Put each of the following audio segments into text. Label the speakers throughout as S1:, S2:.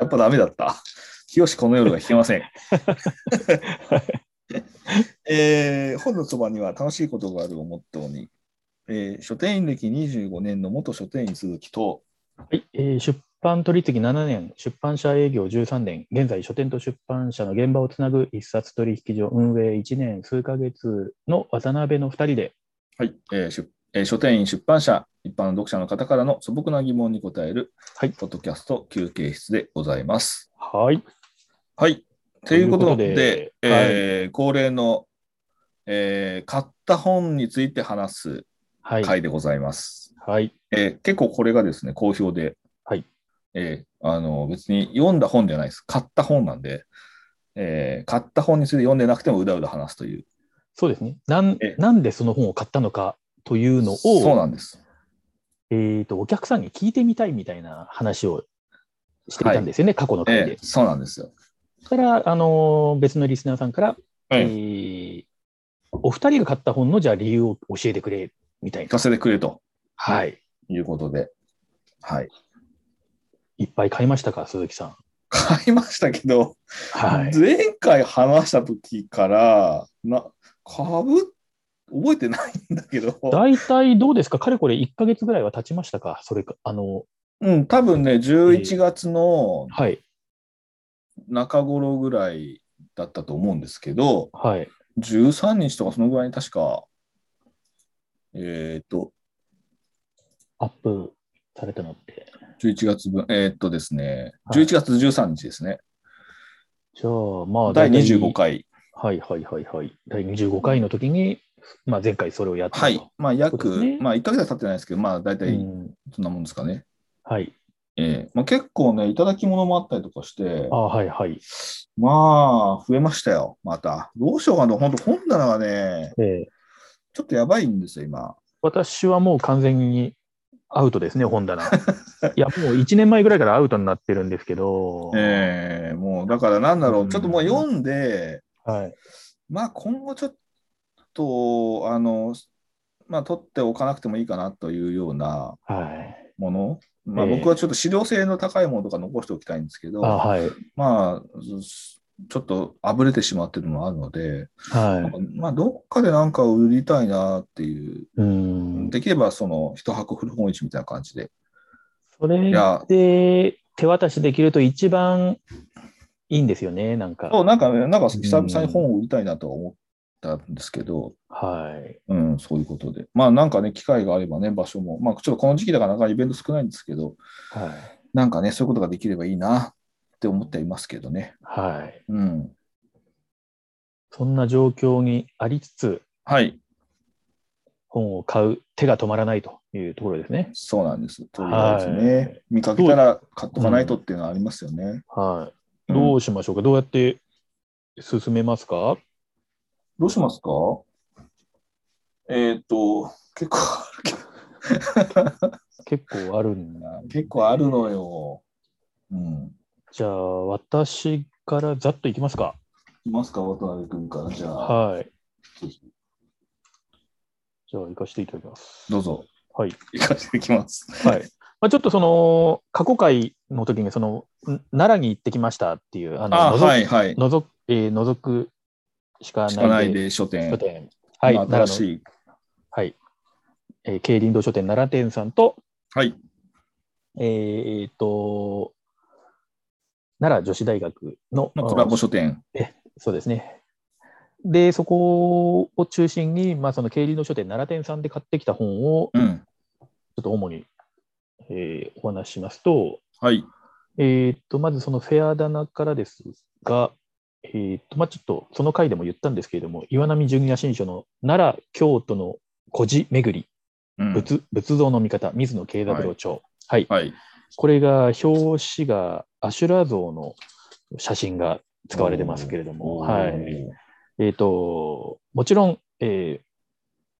S1: やっぱダメだった。清この夜が弾けません。 えー本のそばには楽しいことがあるをモットーに、えー書店員歴25年の元書店員鈴木と、
S2: はい、えー出版取次7年、出版社営業13年、現在書店と出版社の現場をつなぐ一冊取引所運営1年数ヶ月の渡辺の2人で、
S1: はいえー出えー書店員、出版社、一般の読者の方からの素朴な疑問に答える、
S2: はい
S1: ポッドキャスト休憩室でございます。
S2: はい、
S1: はい。ということで、
S2: ということで
S1: えー恒例の、えー買った本について話す
S2: はい、はい、
S1: 回でございます。
S2: はい、
S1: えー結構これがですね、好評で、
S2: はい
S1: えーあの別に読んだ本じゃないです。買った本なんで、えー買った本について読んでなくてもうだうだ話すという。
S2: そうですねなん
S1: え。
S2: なんでその本を買ったのかというのを、
S1: そうなんです。
S2: えー、とお客さんに聞いてみたいみたいな話をしていたんですよね、過去の回で。
S1: えーそうなんですよ。
S2: そしたら、あのー別のリスナーさんから、
S1: はい
S2: えーお二人が買った本のじゃあ理由を教えてくれみたい
S1: 聞
S2: な、
S1: かせてくれと
S2: はい、
S1: いうことで。はい。
S2: いっぱい買いましたか、鈴木さん。
S1: 買いましたけど、
S2: はい、
S1: 前回話した時から、な、かぶ、覚えてないんだけど、
S2: 大体どうですか、かれこれ1か月ぐらいは経ちましたか、それか、あの
S1: うん、多分ね、11月の
S2: はい、
S1: 中頃ぐらいだったと思うんですけど、
S2: はい、
S1: 13日とかそのぐらいに確か、えっ、と、
S2: アップされたのって。
S1: 11月分、えっ、とですね、
S2: はい
S1: 11月13日ですね、
S2: じゃあ、まあ、
S1: 第
S2: 大体
S1: 25。回、
S2: はいはいはいはい。第25回の時に、まあ、前回それをやったと。
S1: はい、まあ
S2: そ
S1: 約、
S2: うですね
S1: まあ1ヶ月は経ってないですけど、まあ大
S2: う
S1: 体
S2: ん、
S1: そんなもんですかね。
S2: はい。
S1: えーまあ、結構ね、いただき物もあったりとかして
S2: あ、はいはい。
S1: まあ、増えましたよ、また。どうしようかな、本当、本棚がね、
S2: えー
S1: ちょっとやばいんですよ、今。
S2: 私はもう完全にアウトですね、本棚。いや、もう1年前ぐらいからアウトになってるんですけど、
S1: えーもう、だからなんだろ
S2: う
S1: う、
S2: ん
S1: ちょっともう読んで、
S2: はい、
S1: まあ今後ちょっと、あの、まあ取っておかなくてもいいかなというような
S2: はい。
S1: もの、まあ
S2: ええ
S1: 僕はちょっと資料性の高いものとか残しておきたいんですけど、
S2: あはい。
S1: まあ、ずちょっとあぶれてしまってるのもあるので、
S2: は
S1: まあどっかでなんか売りたいなっていう、
S2: い。うん。
S1: できればその一箱古本市みたいな感じで。
S2: そ
S1: い
S2: れ
S1: や
S2: で手渡しできると一番いいんですよね、なんか。
S1: そう、なんかね、なんか久々に本を売りたいなとは思ったんですけど、
S2: はい。
S1: うん、そういうことで。まあなんかね、機会があればね、場所も、まあちょっとこの時期だからなかなかイベント少ないんですけど、
S2: はい。
S1: なんかね、そういうことができればいいなって思っていますけどね。
S2: はい。
S1: うん。
S2: そんな状況にありつつ、
S1: はい、
S2: 本を買う手が止まらないというところですね。
S1: そうなんです。とりあえずね、
S2: はい
S1: 見かけたら買っとかないとっていうのはありますよね。
S2: は
S1: う
S2: い。
S1: ん
S2: どうしましょうか、どうやって進めますか
S1: どうしますかえっ、と、結構あるけど
S2: 結構あるんだ
S1: な。結構あるのよ。うん。
S2: じゃあ、私からざっといきますか。
S1: いますか、渡辺君から。じゃあ、
S2: はい。じゃあ、行かせていただきます。
S1: どうぞ。
S2: はい。
S1: 行かせてきます。
S2: はい。 まあ、ちょっとその、過去回の時に、その、ん奈良に行ってきましたっていう、あの、
S1: あ、
S2: のぞ
S1: はい、はい。
S2: のぞえー、覗くしか
S1: しかな
S2: ない
S1: い
S2: で
S1: で書店
S2: 書。店。はい、
S1: まあ新
S2: 奈
S1: し
S2: 良の、
S1: い。
S2: はい。えー、競輪堂書店奈良店さんと、
S1: はい。
S2: えーえーと、奈良女子大学の、
S1: まあ、コラボ書店。
S2: そうですね。で、そこを中心に、まあ、その経理の書店、奈良店さんで買ってきた本を、
S1: うん。
S2: ちょっと主に、えーお話ししますと、
S1: はい。
S2: えーっと、まずそのフェア棚からですが、えーっと、まあ、ちょっとその回でも言ったんですけれども、岩波純也新書の奈良、京都の古事巡り、
S1: うん
S2: 仏仏像の見方、水野慶三郎著。はい。
S1: はい。
S2: これが、表紙がアシュラ像の写真が使われてますけれども、
S1: おー
S2: はい。。えっ、と、もちろん、えー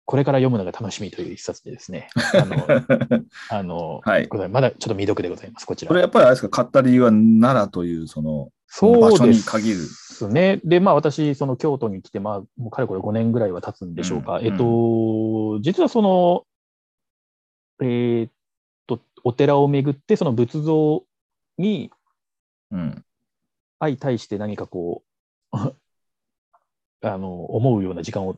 S2: これから読むのが楽しみという一冊でですね、あの、 あの
S1: はい
S2: ございまだちょっと未読でございます、こちら。
S1: これやっぱりあれですか、買った理由は奈良という、その、
S2: そう
S1: 場所
S2: で
S1: に
S2: す
S1: 限る
S2: ね。で、まあ私、その京都に来て、まあ、もうかれこれ5年ぐらいは経つんでしょうか。
S1: うん
S2: えっ、と、実はその、えっ、と、お寺を巡って、その仏像に、
S1: うん。
S2: 相対して何かこう、 あの、思うような 時間を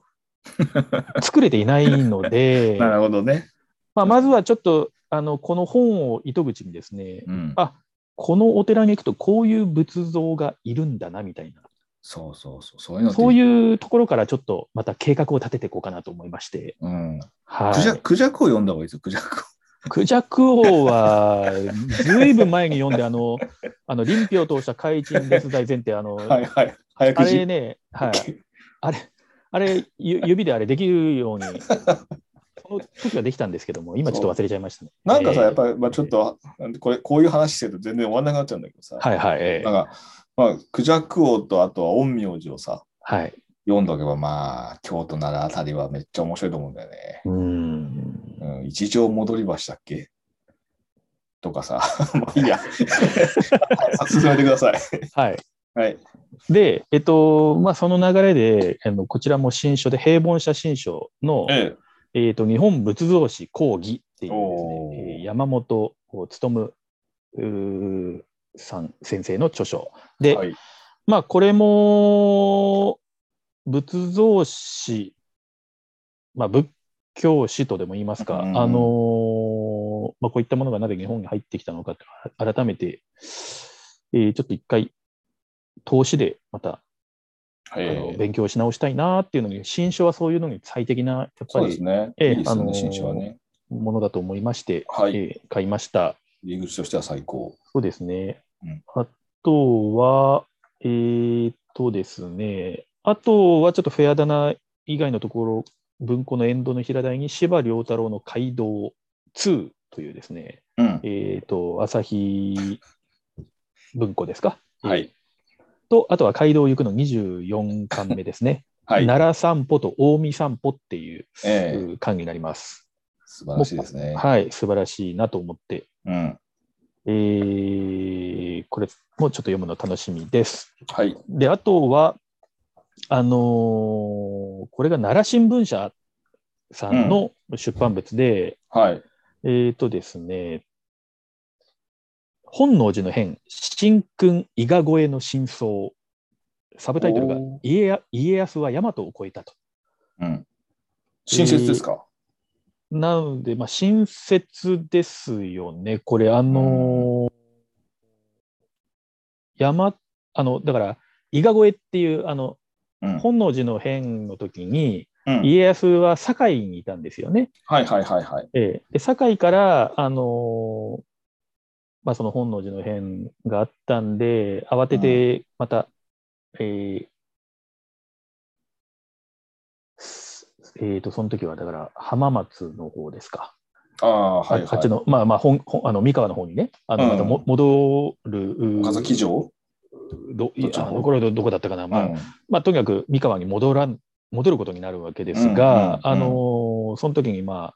S2: 作れていないので、
S1: なるほどね。
S2: まあ、まずはちょっと、あの、この本を糸口にですね、
S1: うん。
S2: あこのお寺に行くとこういう仏像がいるんだなみたいな、
S1: そうそうそう。そういうのって
S2: そういうところからちょっとまた計画を立てていこうかなと思いまして、
S1: うん。
S2: は
S1: クジャ
S2: い、
S1: クジャクを読んだ方がいいですよ、クジャク。
S2: クジャク王はずいぶん前に読んで、あの、 あの林彪を通した怪人別大前提、あの、
S1: はいはい。早
S2: あ
S1: 口。
S2: れね、 はい、あれ、あれゆ指であれできるように、その時はできたんですけども、今ちょっと忘れちゃいましたね。
S1: なんかさ、
S2: えー
S1: やっぱり、まあ、ちょっと、これ、こういう話してると全然終わんなくなっちゃうんだけどさ、
S2: はいはい、えー
S1: なんか、まあ、クジャク王とあとは陰陽師をさ、
S2: はい。
S1: 読んどけば、まあ、京都ならあたりはめっちゃ面白いと思うんだよね。
S2: うーん。
S1: うん、一条戻り橋だっけとかさ、 まあいい や。進めてください。
S2: はい。
S1: はい。
S2: で、えっと、まあ、その流れで、あのこちらも新書で、平凡社新書の、え
S1: え
S2: っと、日本仏像史講義っていうです
S1: お
S2: ね、
S1: ー
S2: えー山本勤うーさん先生の著書。
S1: え
S2: で、
S1: はい。
S2: まあ、これも、仏像史、まあ、仏教史とでも言いますか、
S1: うんうん
S2: あのーまあ、こういったものがなぜ日本に入ってきたのかって、あ改めて、えーちょっと一回、投資でまた
S1: はい
S2: あの勉強し直したいなっていうのに、新書はそういうのに最適な、やっぱ
S1: そうです
S2: り
S1: ね。
S2: ええ
S1: いいです
S2: あの
S1: ね、新種はね。
S2: ものだと思いまして、
S1: はい
S2: えー買いました。
S1: 入り口としては最高。
S2: そうですね。
S1: うん
S2: あとは、えーっとですね、あとはちょっとフェア棚以外のところ、文庫のエンドの平台に芝良太郎の街道2というですね、
S1: うん。
S2: えーっと、朝日文庫ですか。
S1: はい。
S2: と、あとは街道行くの24巻目ですね。
S1: はい。
S2: 奈良散歩と近江散歩っていう
S1: ええ
S2: 巻になります。
S1: 素晴らしいですね。
S2: はい、素晴らしいなと思って、
S1: うん。
S2: えーこれもちょっと読むの楽しみです。
S1: はい。
S2: で、あとは、あのーこれが奈良新聞社さんの出版物で、
S1: はい。
S2: えっ、とですね、本能寺の変、新君伊賀越えの真相、サブタイトルが
S1: おー
S2: 家や家康は大和を越えたと。
S1: うん。親切ですか、
S2: なので、まあ、新設ですよね、これ、あのー山、あの、だから、伊賀越えっていう、あの、
S1: うん
S2: 本能寺の変の時に、
S1: うん
S2: 家康は堺にいたんですよね。
S1: はいはいはいはい。
S2: ええで堺から、あのーまあ、その本能寺の変があったんで、慌てて、また、えーすえーと、その時は、だから、浜松の方ですか。
S1: ああ、はいはい。
S2: ああっちの、まあまあ本、本あの三河の方にね、あの
S1: うん
S2: またも戻る、う
S1: 岡崎城
S2: ど
S1: どっちの
S2: あ
S1: 方
S2: のこれどどこだったかな、まあ
S1: うん
S2: まあ、とにかく三河に戻らん戻ることになるわけですが、
S1: うんうんうん
S2: あのーその時に、ま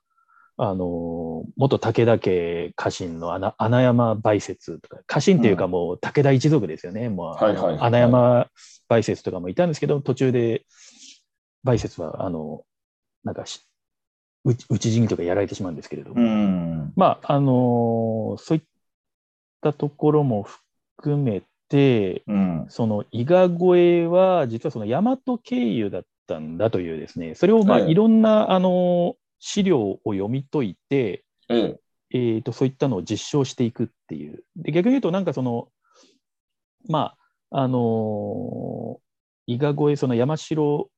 S2: ああのー元武田家家臣の穴穴山梅雪とか、家臣っていうか、
S1: う
S2: もう武田一族ですよね、もう
S1: はいはいはい
S2: 穴山梅雪とかもいたんですけど、途中で梅雪はあのなんかし討ち討ち死にとかやられてしまうんですけれども。
S1: うん。
S2: まあ、あのーそういったところも含めて、
S1: うん。
S2: その伊賀越えは、実はその大和経由だったんだというですね、それをまあ
S1: はい
S2: いろんな、あのー資料を読み解いて、
S1: ええ。
S2: えーと、そういったのを実証していくっていう。で逆に言うと、なんかその、まあ、あのー伊賀越え、その山城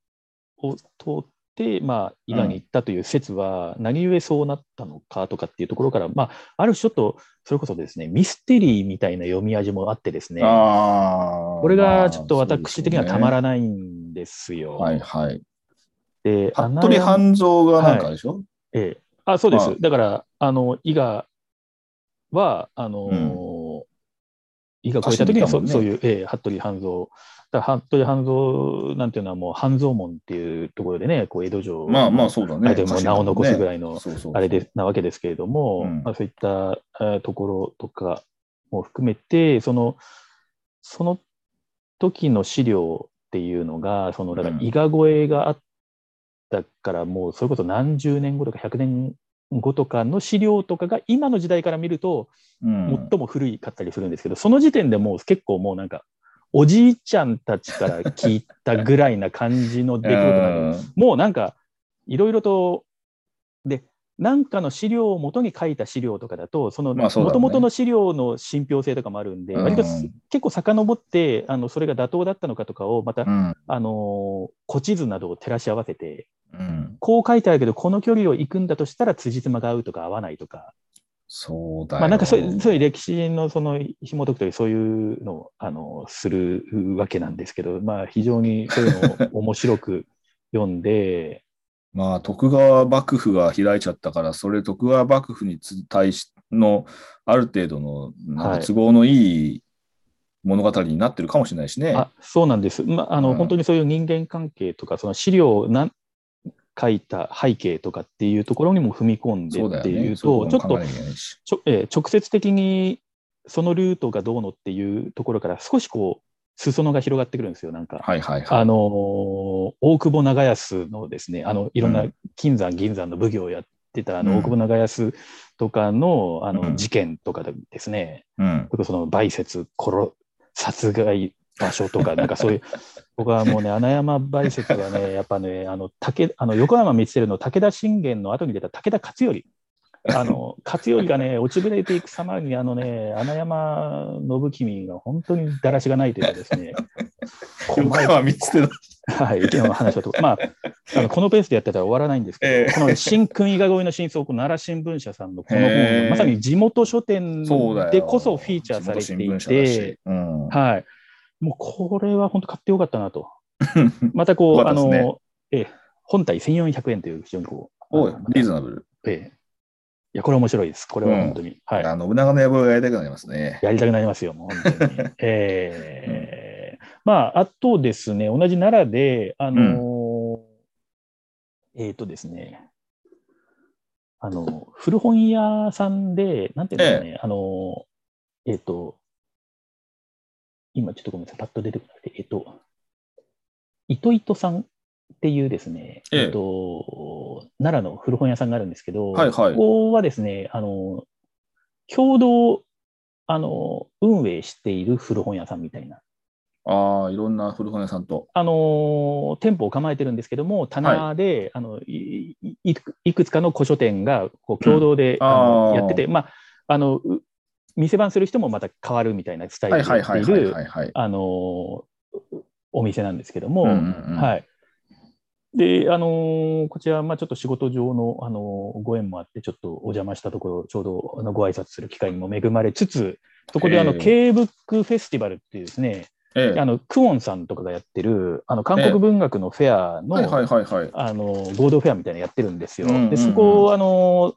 S2: を通って、まあ、伊賀に行ったという説は、何故そうなったのかとかっていうところから、まあ、ある種ちょっと、それこそですね、ミステリーみたいな読み味もあってですね、
S1: ああ。
S2: これがちょっと私的にはたま
S1: ん。
S2: らないんですよ。
S1: はいはい。
S2: で、
S1: 服部半蔵がなんかでしょ、
S2: ええ、あそうです、
S1: まあ
S2: だから、あの伊賀は、あのー伊賀超えた時にはそ,、
S1: 家臣いたもんね
S2: そういう、ええ、服部半蔵、だから服部半蔵なんていうのは、もう半蔵門っていうところでね、こう江戸城
S1: まあまあそうだね。
S2: あれでも名を残すぐらいの
S1: そうそうそう
S2: あれで。なわけですけれども、
S1: うん
S2: まあ、そういったあーところとかも含めて、そのその時の資料っていうのが、そのだから
S1: うん
S2: 伊賀越えがあったから、もうそれこそ何十年後とか100年語とかの資料とかが今の時代から見ると
S1: うん。
S2: 最も古いかったりするんですけど、その時点でもう結構もうなんかおじいちゃんたちから聞いたぐらいな感じの出来事なんで
S1: うん
S2: もうなんかいろいろとでなんかの資料を元に書いた資料とかだとその
S1: まあ
S2: も
S1: そうだ
S2: と
S1: ろうね
S2: もとの資料の信憑性とかもあるんで、
S1: うん
S2: 割とす結構遡ってあのそれが妥当だったのかとかをまた、
S1: うん。
S2: あのー古地図などを照らし合わせて
S1: うん。
S2: こう書いてあるけどこの距離を行くんだとしたら辻褄が合うとか合わないとか、
S1: そうだよ。
S2: まあ、なんかそういうそういう歴史のその紐解くというそういうのを、あのするわけなんですけど、まあ、非常にそういうのを面白く読んで。
S1: まあ、徳川幕府が開いちゃったから、それ徳川幕府につ対しのある程度のなん
S2: はい
S1: か都合のいい物語になってるかもしれないしね。
S2: あそうなんです、まああの
S1: うん
S2: 本当にそういう人間関係とか、その資料をなん書いた背景とかっていうところにも踏み込んで
S1: そうだ
S2: っ
S1: よ
S2: てい
S1: ね。
S2: う
S1: そうい
S2: と、
S1: う
S2: ちょ
S1: こ
S2: っ
S1: とも考
S2: と
S1: えなきゃいけないし。
S2: ちょ、えー直接的にそのルートがどうのっていうところから、少しこう、裾野が広がってくるんですよ、なんか。
S1: はいはいはい。
S2: あのー大久保長安のですねあのいろん
S1: う
S2: なん金山銀山の奉行をやってたあの
S1: うん
S2: 大久保長安とかのあ
S1: う
S2: の
S1: ん
S2: 事件とかでですね、
S1: うん。
S2: とかその梅雪殺殺害場所とか、なんかそういう、僕はもうね、穴山梅雪はね、やっぱね、あの竹あの横山光輝の武田信玄の後に出た武田勝頼。あの勝頼がね、落ちぶれていく様に、あのね、穴山信君が本当にだらしがないというかですね、
S1: 横山見つけた。
S2: はい、意見の話だと、まあ、あのこのペースでやってたら終わらないんですけ ど、
S1: ええ
S2: この新君伊賀越えの真相、この奈良新聞社さんのこの本、
S1: ええ
S2: まさに地元書店
S1: そうだよ。
S2: でこそフィーチャーされて
S1: 地元
S2: い
S1: 新聞社だ
S2: て
S1: し、うん。
S2: はい、もうこれは本当買ってよかった なと。またこう、
S1: よか
S2: あ
S1: ったですね
S2: の、ええ、本体1400円という非常にこう、
S1: おい
S2: あの、
S1: リーズナブル。
S2: ええ、いや、これは面白いです。これは本当に。はい。
S1: あ信長の野望がやりたくなりますね。
S2: やりたくなりますよ、もう本当に。 えーまあ、あとですね、同じ奈良で、あのーえっ、とですね、あの、古本屋さんで、なんていうんですかね、あのーえっ、と、今ちょっとごめんなさい、パッと出てこなくて、えっ、と、糸糸さんっていうですね、
S1: ええ
S2: えっ、と、奈良の古本屋さんがあるんですけど、
S1: はいはい
S2: ここはですね、あの、共同、あの、運営している古本屋さんみたいな。
S1: ああ、いろんな古本屋さんと。
S2: あの、店舗を構えてるんですけども、棚で、あのいいいくいくつかの古書店がこう共同で、
S1: うん
S2: あの
S1: あー
S2: やってて、まあ、あの、う店番する人もまた変わるみたいなスタイ
S1: はい
S2: ルで
S1: はい
S2: やっ
S1: は
S2: て
S1: い
S2: い
S1: はい
S2: る
S1: は、いはい。
S2: あの、お店なんですけども、
S1: うんうんうん
S2: はい。で、あのーこちら、まあ、ちょっと仕事上の、あのーご縁もあって、ちょっとお邪魔したところ、ちょうどあのご挨拶する機会にも恵まれつつ、そこで、あの、
S1: ええ
S2: K-BOOK フェスティバルっていうですね、
S1: ええ
S2: あの、クオンさんとかがやってる、あの、韓国文学のフェアの、
S1: はいはいはいはい。
S2: あのー合同フェアみたいなのやってるんですよ。
S1: うんうんうん
S2: で、そこを、あのー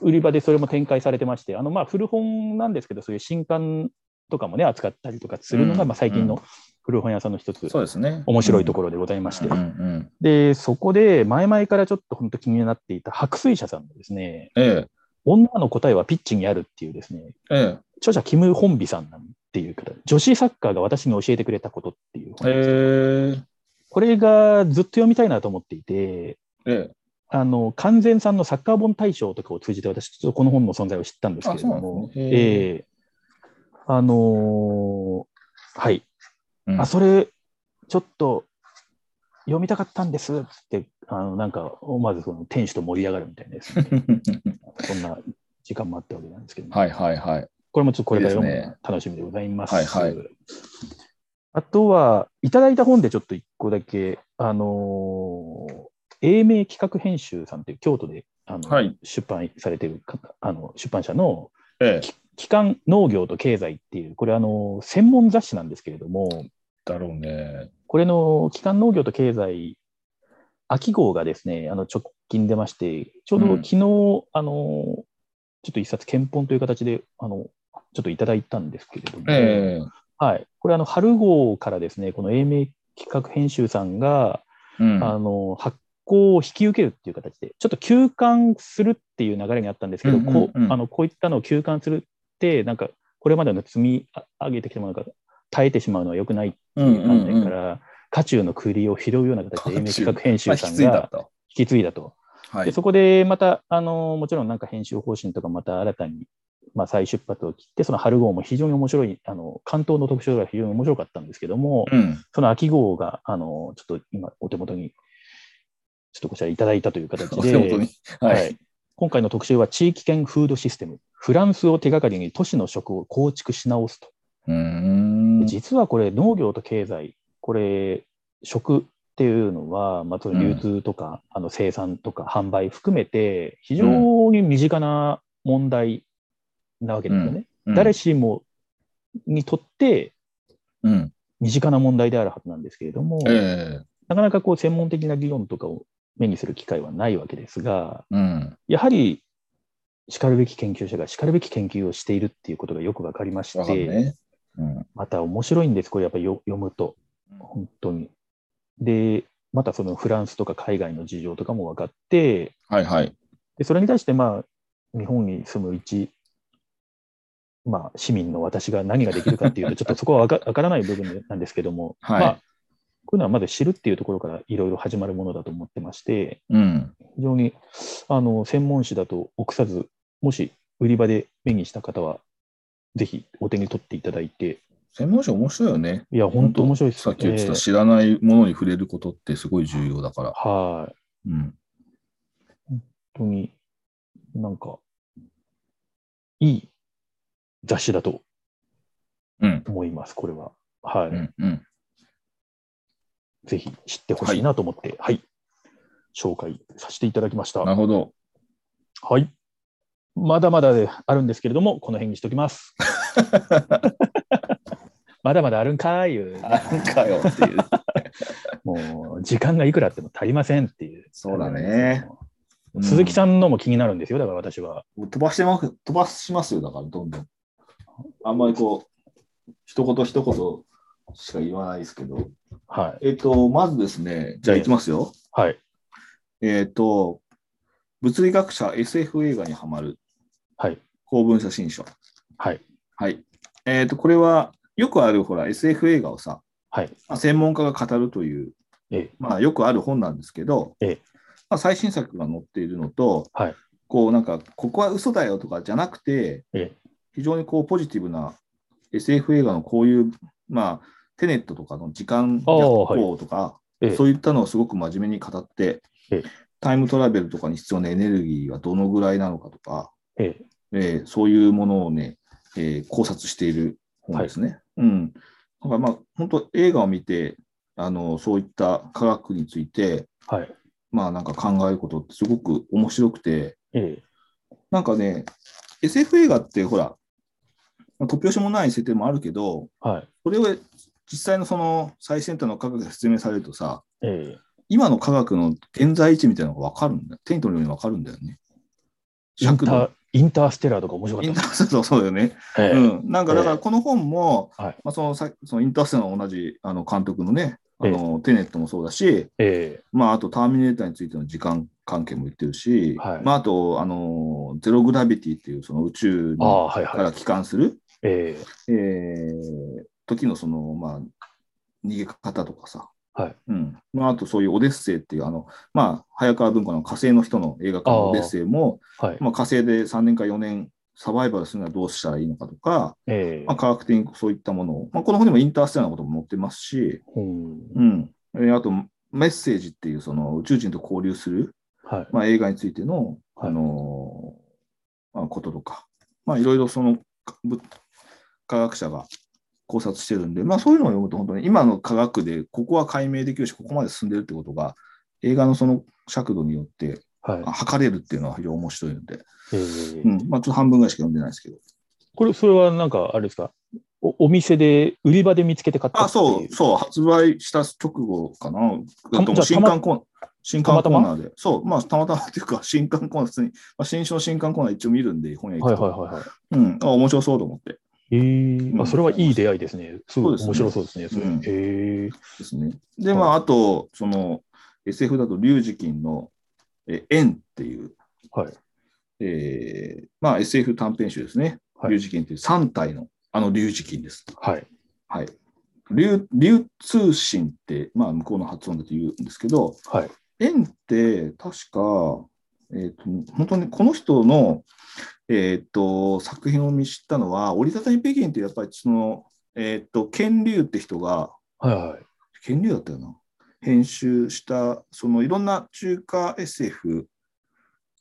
S2: 売り場でそれも展開されてまして、あの、まあ、古本なんですけど、そういう新刊とかもね、扱ったりとかするのが、
S1: うん
S2: まあ、最近の古本屋さんの一つ、
S1: そうですね。
S2: 面白いと
S1: こ
S2: ころでございまして
S1: うんう、ん。
S2: で、そこで前々からちょっと本当気になっていた白水社さんのですね、
S1: え
S2: 女の答えはピッチにあるっていうですね、
S1: え。え
S2: 著者キム・ホンビさんなんていう方、女子サッカーが私に教えてくれたことっていう
S1: え。
S2: 本、
S1: え
S2: これがずっと読みたいなと思っていて、
S1: え。え
S2: あの完全さんのサッカー本大賞とかを通じて、私、ちょっとこの本の存在を知ったんですけれども
S1: あ、そうなんですねへ
S2: ええあのーはい、
S1: え。うん
S2: あ、それ、ちょっと読みたかったんですって、あのなんか、思わずその店主と盛り上がるみたい なですね、そんな時間もあったわけなんですけども、
S1: はいはいはい。
S2: これもちょっとこれから読
S1: いいで
S2: む
S1: す
S2: の
S1: ね
S2: が楽しみでございます。
S1: はいはい
S2: あとは、いただいた本でちょっと一個だけ、あのー英明企画編集さんという京都であの、
S1: はい
S2: 出版されている方あの出版社の
S1: ええ。
S2: 機関農業と経済っていう、これあの専門雑誌なんですけれども、
S1: だろうね。
S2: これの基幹農業と経済、秋号がですね、あの直近出まして、ちょうど
S1: うん
S2: 昨日、あのちょっと一冊、憲本という形であのちょっといただいたんですけれども、
S1: え
S2: はい、これ、あの春号からですね、この英明企画編集さんが、
S1: え。うん。
S2: あの発行を引き受けるっていう形で、ちょっと休刊するっていう流れにあったんですけど、
S1: うんうんうん
S2: こうあのこういったのを休刊するって、なんか、これまでの積み上げてきたものが耐えてしまうのは良くない
S1: うん
S2: っていう観
S1: うんう
S2: 点
S1: ん
S2: から、渦中の栗を拾うような形で、英明企画編
S1: まあ
S2: 集
S1: 引
S2: さ
S1: き
S2: ん
S1: 継いだ
S2: が
S1: と。
S2: 引き継いだと。
S1: は
S2: で
S1: い。
S2: そこでまた、あのもちろんなんか編集方針とかまた新たに、まあ、再出発を切って、その春号も非常に面白い、あの関東の特集が非常に面白かったんですけども、
S1: うん。
S2: その秋号が、あのちょっと今、お手元に、ちょっとこちらいただいたという形
S1: お
S2: で、
S1: 手元に。
S2: は
S1: はい。
S2: い、今回の特集は地域圏フードシステム、フランスを手がかりに都市の食を構築し直すと。
S1: うーん。
S2: 実はこれ農業と経済これ食っていうのは、まあ、その流通とか、あの生産とか販売含めて非常に身近な問題なわけですよね。
S1: うん
S2: 誰しもにとって
S1: うん。
S2: 身近な問題であるはずなんですけれども、
S1: ええ。
S2: なかなかこう専門的な議論とかを目にする機会はないわけですが
S1: うん。
S2: やはりしかるべき研究者がしかるべき研究をしているっていうことがよく分かりまし
S1: わか
S2: て、
S1: るね。うん。
S2: また面白いんですこれやっぱりよ読むと。本当に。で、またそのフランスとか海外の事情とかも分かって、
S1: はいはい。
S2: でそれに対して、まあ、日本に住む一、まあ、市民の私が何ができるかっていうと、ちょっ とそこは分か分からない部分なんですけども、
S1: はい
S2: まあ、こういうのはまず知るっていうところからいろいろ始まるものだと思ってまして、
S1: うん。
S2: 非常にあの専門誌だと臆さず、もし売り場で目にした方は、ぜひお手に取っていただいて、
S1: 専門書面白いよね。
S2: いや、本当面白いです
S1: さっき言って
S2: え
S1: た
S2: え
S1: 知らないものに触れることってすごい重要だから。
S2: はい。
S1: うん。
S2: 本当に、なんか、いい雑誌だと
S1: うん。
S2: 思います、これは。はい。
S1: うん。うん。
S2: ぜひ知ってほしいなと思って、はい、紹介させていただきました。
S1: なるほど。
S2: はい。まだまだであるんですけれども、この辺にしと きます。まだまだあるんかーいう、
S1: あんかよっていう。
S2: もう時間がいくらあっても足りませんっていう。
S1: そうだね。
S2: 鈴木
S1: ん。
S2: さんのも気になるんですよ、だから私は。
S1: 飛ばしてます、飛ばしますよ、だから、どんどん。あんまりこう、一言一言しか言わないですけど。
S2: はい。
S1: えっ、と、まずですね、じゃあ
S2: ええ
S1: 行きますよ。
S2: はい。
S1: えっ、と、物理学者 SF 映画にはまる
S2: はい。
S1: 公文写真書。
S2: はい。
S1: はい。えっ、と、これは、よくある、ほら、SF 映画をさ、
S2: はい。
S1: まあ、専門家が語るという、
S2: ええ
S1: まあ、よくある本なんですけど、
S2: ええ
S1: まあ、最新作が載っているのと、
S2: はい
S1: こうなんかここは嘘だよとかじゃなくて、
S2: ええ
S1: 非常にこうポジティブな SF 映画のこういう、まあ、テネットとかの時間逆
S2: ああ
S1: 行とか、
S2: ええ
S1: そういったのをすごく真面目に語って、
S2: ええ
S1: タイムトラベルとかに必要なエネルギーはどのぐらいなのかとか、
S2: ええ
S1: えーそういうものをね、えー考察している本ですね。うん。だからまあ、本当映画を見て、あの、そういった科学について、
S2: はい。
S1: まあなんか考えることってすごく面白くて、
S2: ええ
S1: なんかね、SF 映画ってほら、まあ突拍子もない設定もあるけど、
S2: はい。
S1: それを実際のその最先端の科学で説明されるとさ、
S2: ええ
S1: 今の科学の現在位置みたいなのが分かるんだよ。手に取るように分かるんだよね。
S2: インタ
S1: 尺度
S2: ーインターステラーとか面白か
S1: イ
S2: っ
S1: ンターそうそうだよね。
S2: た。ええ
S1: うん、なんか
S2: ええ
S1: だからこの本も、
S2: はい
S1: まあ、そのさそのインターステラーの同じあの監督のね、あ
S2: ええ
S1: のテネットもそうだし、
S2: え
S1: まあ、あとターミネーターについての時間関係も言ってるし、
S2: はい
S1: まあ、あとあのゼログラビティっていうその宇宙
S2: えああ、
S1: の
S2: はい
S1: か
S2: は
S1: ら
S2: い。
S1: 帰還する、
S2: え
S1: えー時のその、まあ、逃げ方とかさ、
S2: はい
S1: うんまあ、あとそういうオデッセイっていうあの、まあ、早川文庫の火星の人の映画館のオデッセイも
S2: えはい。
S1: まあ、火星で3年か4年サバイバルするにはどうしたらいいのかとか、
S2: ええ
S1: まあ、科学的にそういったものを、まあ、この本にもインターステラーのことも載ってますし、
S2: うん
S1: うん、えーあとメッセージっていうその宇宙人と交流する、
S2: はい。
S1: まあ、映画についての、
S2: はい
S1: あのーまあ、こととか、まあ、いろいろそのかぶ科学者が考察してるんで、まあ、そういうのを読むと本当に今の科学でここは解明できるしここまで進んでるってことが映画のその尺度によって
S2: はい。
S1: 測れるっていうのは非常に面白いので、
S2: ええ
S1: うんまあ、ちょっと半分ぐらいしか読んでないですけど。
S2: これ、それはなんか、あれですかお、お店で、売り場で見つけて買った
S1: あ、
S2: ってい
S1: そう、そう、発売した直後かな。だともう
S2: じゃ
S1: 新
S2: あたま
S1: 刊コーナー、新刊コ
S2: た
S1: ー
S2: また
S1: ナーで。そう、まあ、たまたまっていうか、 新刊コーナー、普通に、まあ、新書の新刊コーナー一応見るんで、本屋行
S2: はい
S1: く
S2: はい
S1: と。
S2: はいはい。
S1: うん、あ、面白そうと思って。
S2: ええ
S1: ん
S2: あ、それはいい出会いですね。すごい面白そうですね。
S1: そう
S2: そ
S1: です
S2: れ
S1: ね
S2: ええ
S1: ですね。で、まあ、あと、その、SF だと、リュウジキンの、え、縁っていう、
S2: はい。
S1: えーまあ、SF 短編集ですね。
S2: はい
S1: リュウジキンっていう3体の、あのリュウジキンです。
S2: はい。
S1: はい。流流通信って、まあ、向こうの発音でと言うんですけど、
S2: はい。
S1: 円って確かえっと本当にこの人の、えっと作品を見知ったのは、折りたたみ北京ってやっぱりその、えっと権竜って人が、
S2: はいはい。
S1: 権竜だったよな、編集した、そのいろんな中華 SF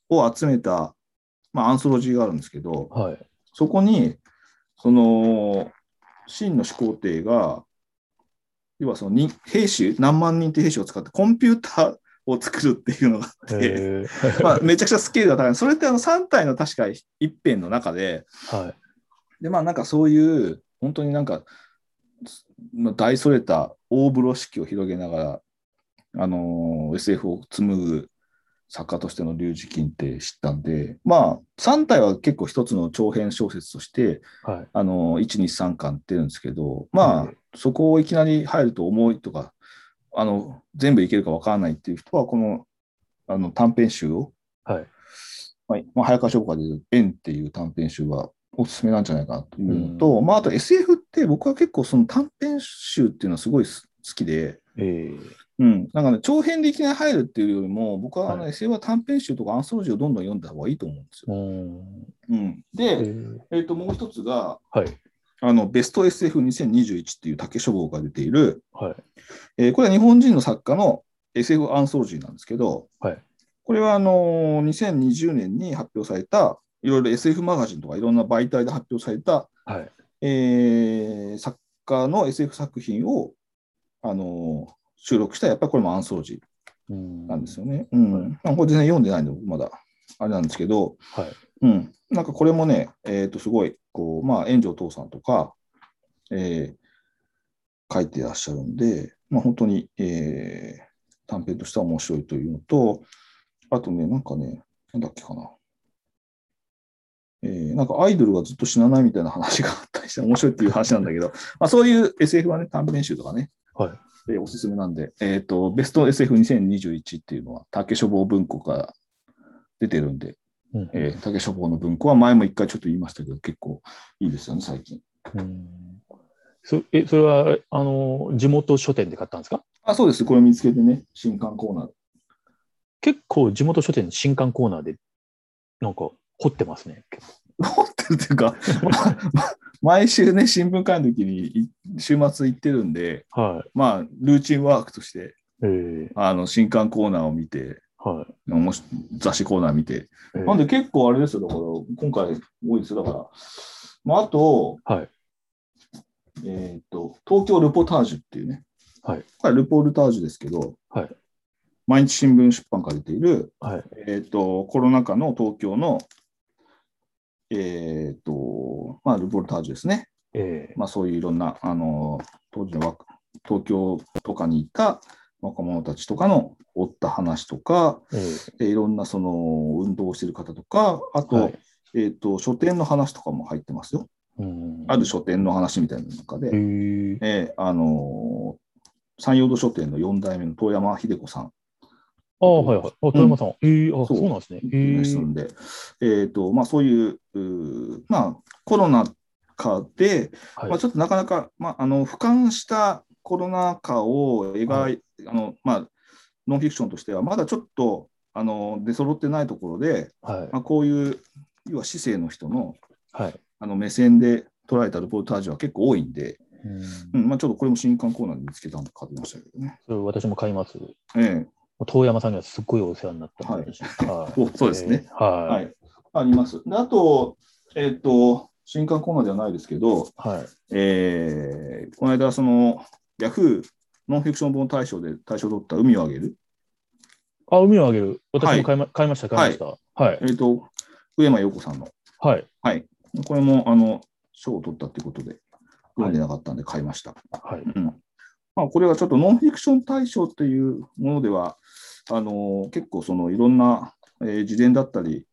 S1: を集めた、まあ、アンソロジーがあるんですけど、
S2: はい。
S1: そこに、その、秦の始皇帝が、要はそのに兵士、何万人って兵士を使ってコンピューターを作るっていうのがあって、
S2: へ
S1: まあ、めちゃくちゃスケールが高い。それってあの3体の確か一辺の中で、
S2: ーはい。
S1: で、まあなんかそういう、本当になんか、まあ大それた大風呂敷を広げながら、あのー SF を紡ぐ作家としての龍二金って知ったんで、まあ3体は結構一つの長編小説として、
S2: はい。
S1: あの、1、2、3巻ってるんですけど、まあ
S2: はい、
S1: そこをいきなり入ると重いとか、あの、全部いけるかわからないっていう人は、この、あの、短編集を、
S2: はい。
S1: はいまあ、早川紹介で言う、円っていう短編集はおすすめなんじゃないかなというのと、まあ、あと SF って僕は結構その短編集っていうのはすごいす好きで、
S2: えー
S1: うん、なんかね、長編でいきなり入るっていうよりも、僕はあの
S2: はい
S1: SF は短編集とかアンソロジーをどんどん読んだ方がいいと思うんです
S2: う
S1: よ。
S2: ん
S1: うん、
S2: え
S1: で、
S2: ー
S1: えっと、もう一つが、
S2: はい。
S1: あのベスト SF2021 っていう竹書房が出ている、
S2: はい。
S1: えーこれは日本人の作家の SF アンソロジーなんですけど、
S2: はい
S1: これはあのー2020年に発表された、いろいろ SF マガジンとかいろんな媒体で発表された、
S2: はい。
S1: えー作家の SF 作品を、あのー収録した、やっぱりこれもアンソロジーな
S2: な
S1: んですよね。うん
S2: はい
S1: まあこれ全然読んでないんで、僕まだあれなんですけど、
S2: はい。
S1: うん、なんかこれもね、えー、とすごいこう、まあ、炎上父さんとか、えー書いてらっしゃるんで、まあ、本当に、えー短編としては面白いというのと、あとね、なんかね、なんだっけかな。えーなんかアイドルがずっと死なないみたいな話があったりして面白いっていう話なんだけど、まあ、そういう SF はね、短編集とかね、
S2: はい。
S1: えーおすすめなんで、えっ、と、ベスト SF2021 っていうのは、竹書房文庫から出てるんで、
S2: うん
S1: えー、竹書房の文庫は前も一回ちょっと言いましたけど、結構いいですよね、最近。
S2: うんそえそれはあの地元書店で買ったんですか
S1: あ、そうです。これ見つけてね、新刊コー ナー。
S2: 結構地元書店の新刊コーナーでなんか掘ってますね。
S1: 持ってるっていうか、まま毎週ね、新聞会の時にい週末行ってるんで、
S2: はい。
S1: まあ、ルーチンワークとして、
S2: えー
S1: あの、新刊コーナーを見て、
S2: はい
S1: もし雑誌コーナー見て。
S2: えー
S1: なんで結構あれですよ、だから、今回多いですよ、だから。まあ、あと、
S2: はい
S1: えーっと、東京ルポタージュっていうね、
S2: はい
S1: これルポルタージュですけど、
S2: はい
S1: 毎日新聞出版から出ている、
S2: はい
S1: えーっと、コロナ禍の東京の、えーっと、まあ、ルポルタージュですね。
S2: え
S1: まあ、そういういろんな、あの、当時の若東京とかにいた若者たちとかの追った話とか、
S2: ーえー
S1: えーいろんなその運動をしてる方とか、あと,、
S2: はい
S1: えー、と書店の話とかも入ってますよ。
S2: うん
S1: ある書店の話みたいなの中で、
S2: えー
S1: えーあのー山陽土書店の4代目の遠山秀子さん
S2: あーはいはい。あ富山さん。えーあ
S1: そ
S2: そううなんですね。え
S1: です
S2: ー
S1: んで、えーとまあ、そういううーまあ、コロナ禍で、
S2: はい
S1: まあ、ちょっとなかなか、まあ、あの俯瞰したコロナ禍を描い、
S2: は
S1: あのまあ、ノンフィクションとしては、まだちょっとあの出揃ってないところで、
S2: はい
S1: まあ、こういう、要は市政の人の
S2: はい。
S1: あの目線で捉えたルポルタージュは結構多いんで、
S2: うん
S1: うんまあ、ちょっとこれも新刊コーナーで見つけたので買ってましたけどね。
S2: それ私も買います。
S1: ええ
S2: 遠山さんにはすっごいお世話になったんで。はい
S1: おそうですね。
S2: えーは
S1: はいい、あります。であと、えっ、と、新刊コーナーではないですけど、
S2: はい
S1: えーこの間、その、ヤフーノンフィクション本大賞で大賞を取った海をあげる、
S2: あ、海をあげる。私も買いま,、買いました、買いました。はい
S1: え。っ、と、上間陽子さんの、
S2: はい。
S1: はい、これも、あの、賞を取ったということで、読んでなかったんで買いました。
S2: はい。
S1: うんまあ、これはちょっとノンフィクション大賞というものでは、あの結構そのいろんな、えー、自伝だったり、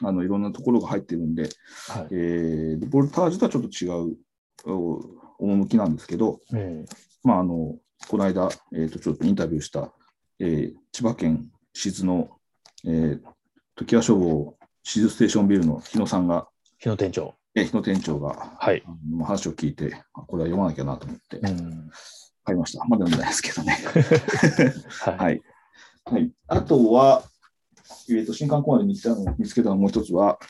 S1: あのいろんなところが入ってるんで、
S2: はい
S1: えールポルタージュとはちょっと違うお趣なんですけど、
S2: え
S1: まあ、あのこの間、えーと、ちょっとインタビューした、えー千葉県静の、えー、時矢書房静ステーションビルの日野さんが、
S2: ー日野店長。
S1: えー日野店長が、
S2: はい。
S1: あの話を聞いて、あこれは読まなきゃなと思って。
S2: うん。
S1: 買いました。まだ読んでないですけどね。
S2: はい。
S1: はい。はい、あとは、えーと新刊コーナーで見つけたの見つけたのもう一つは、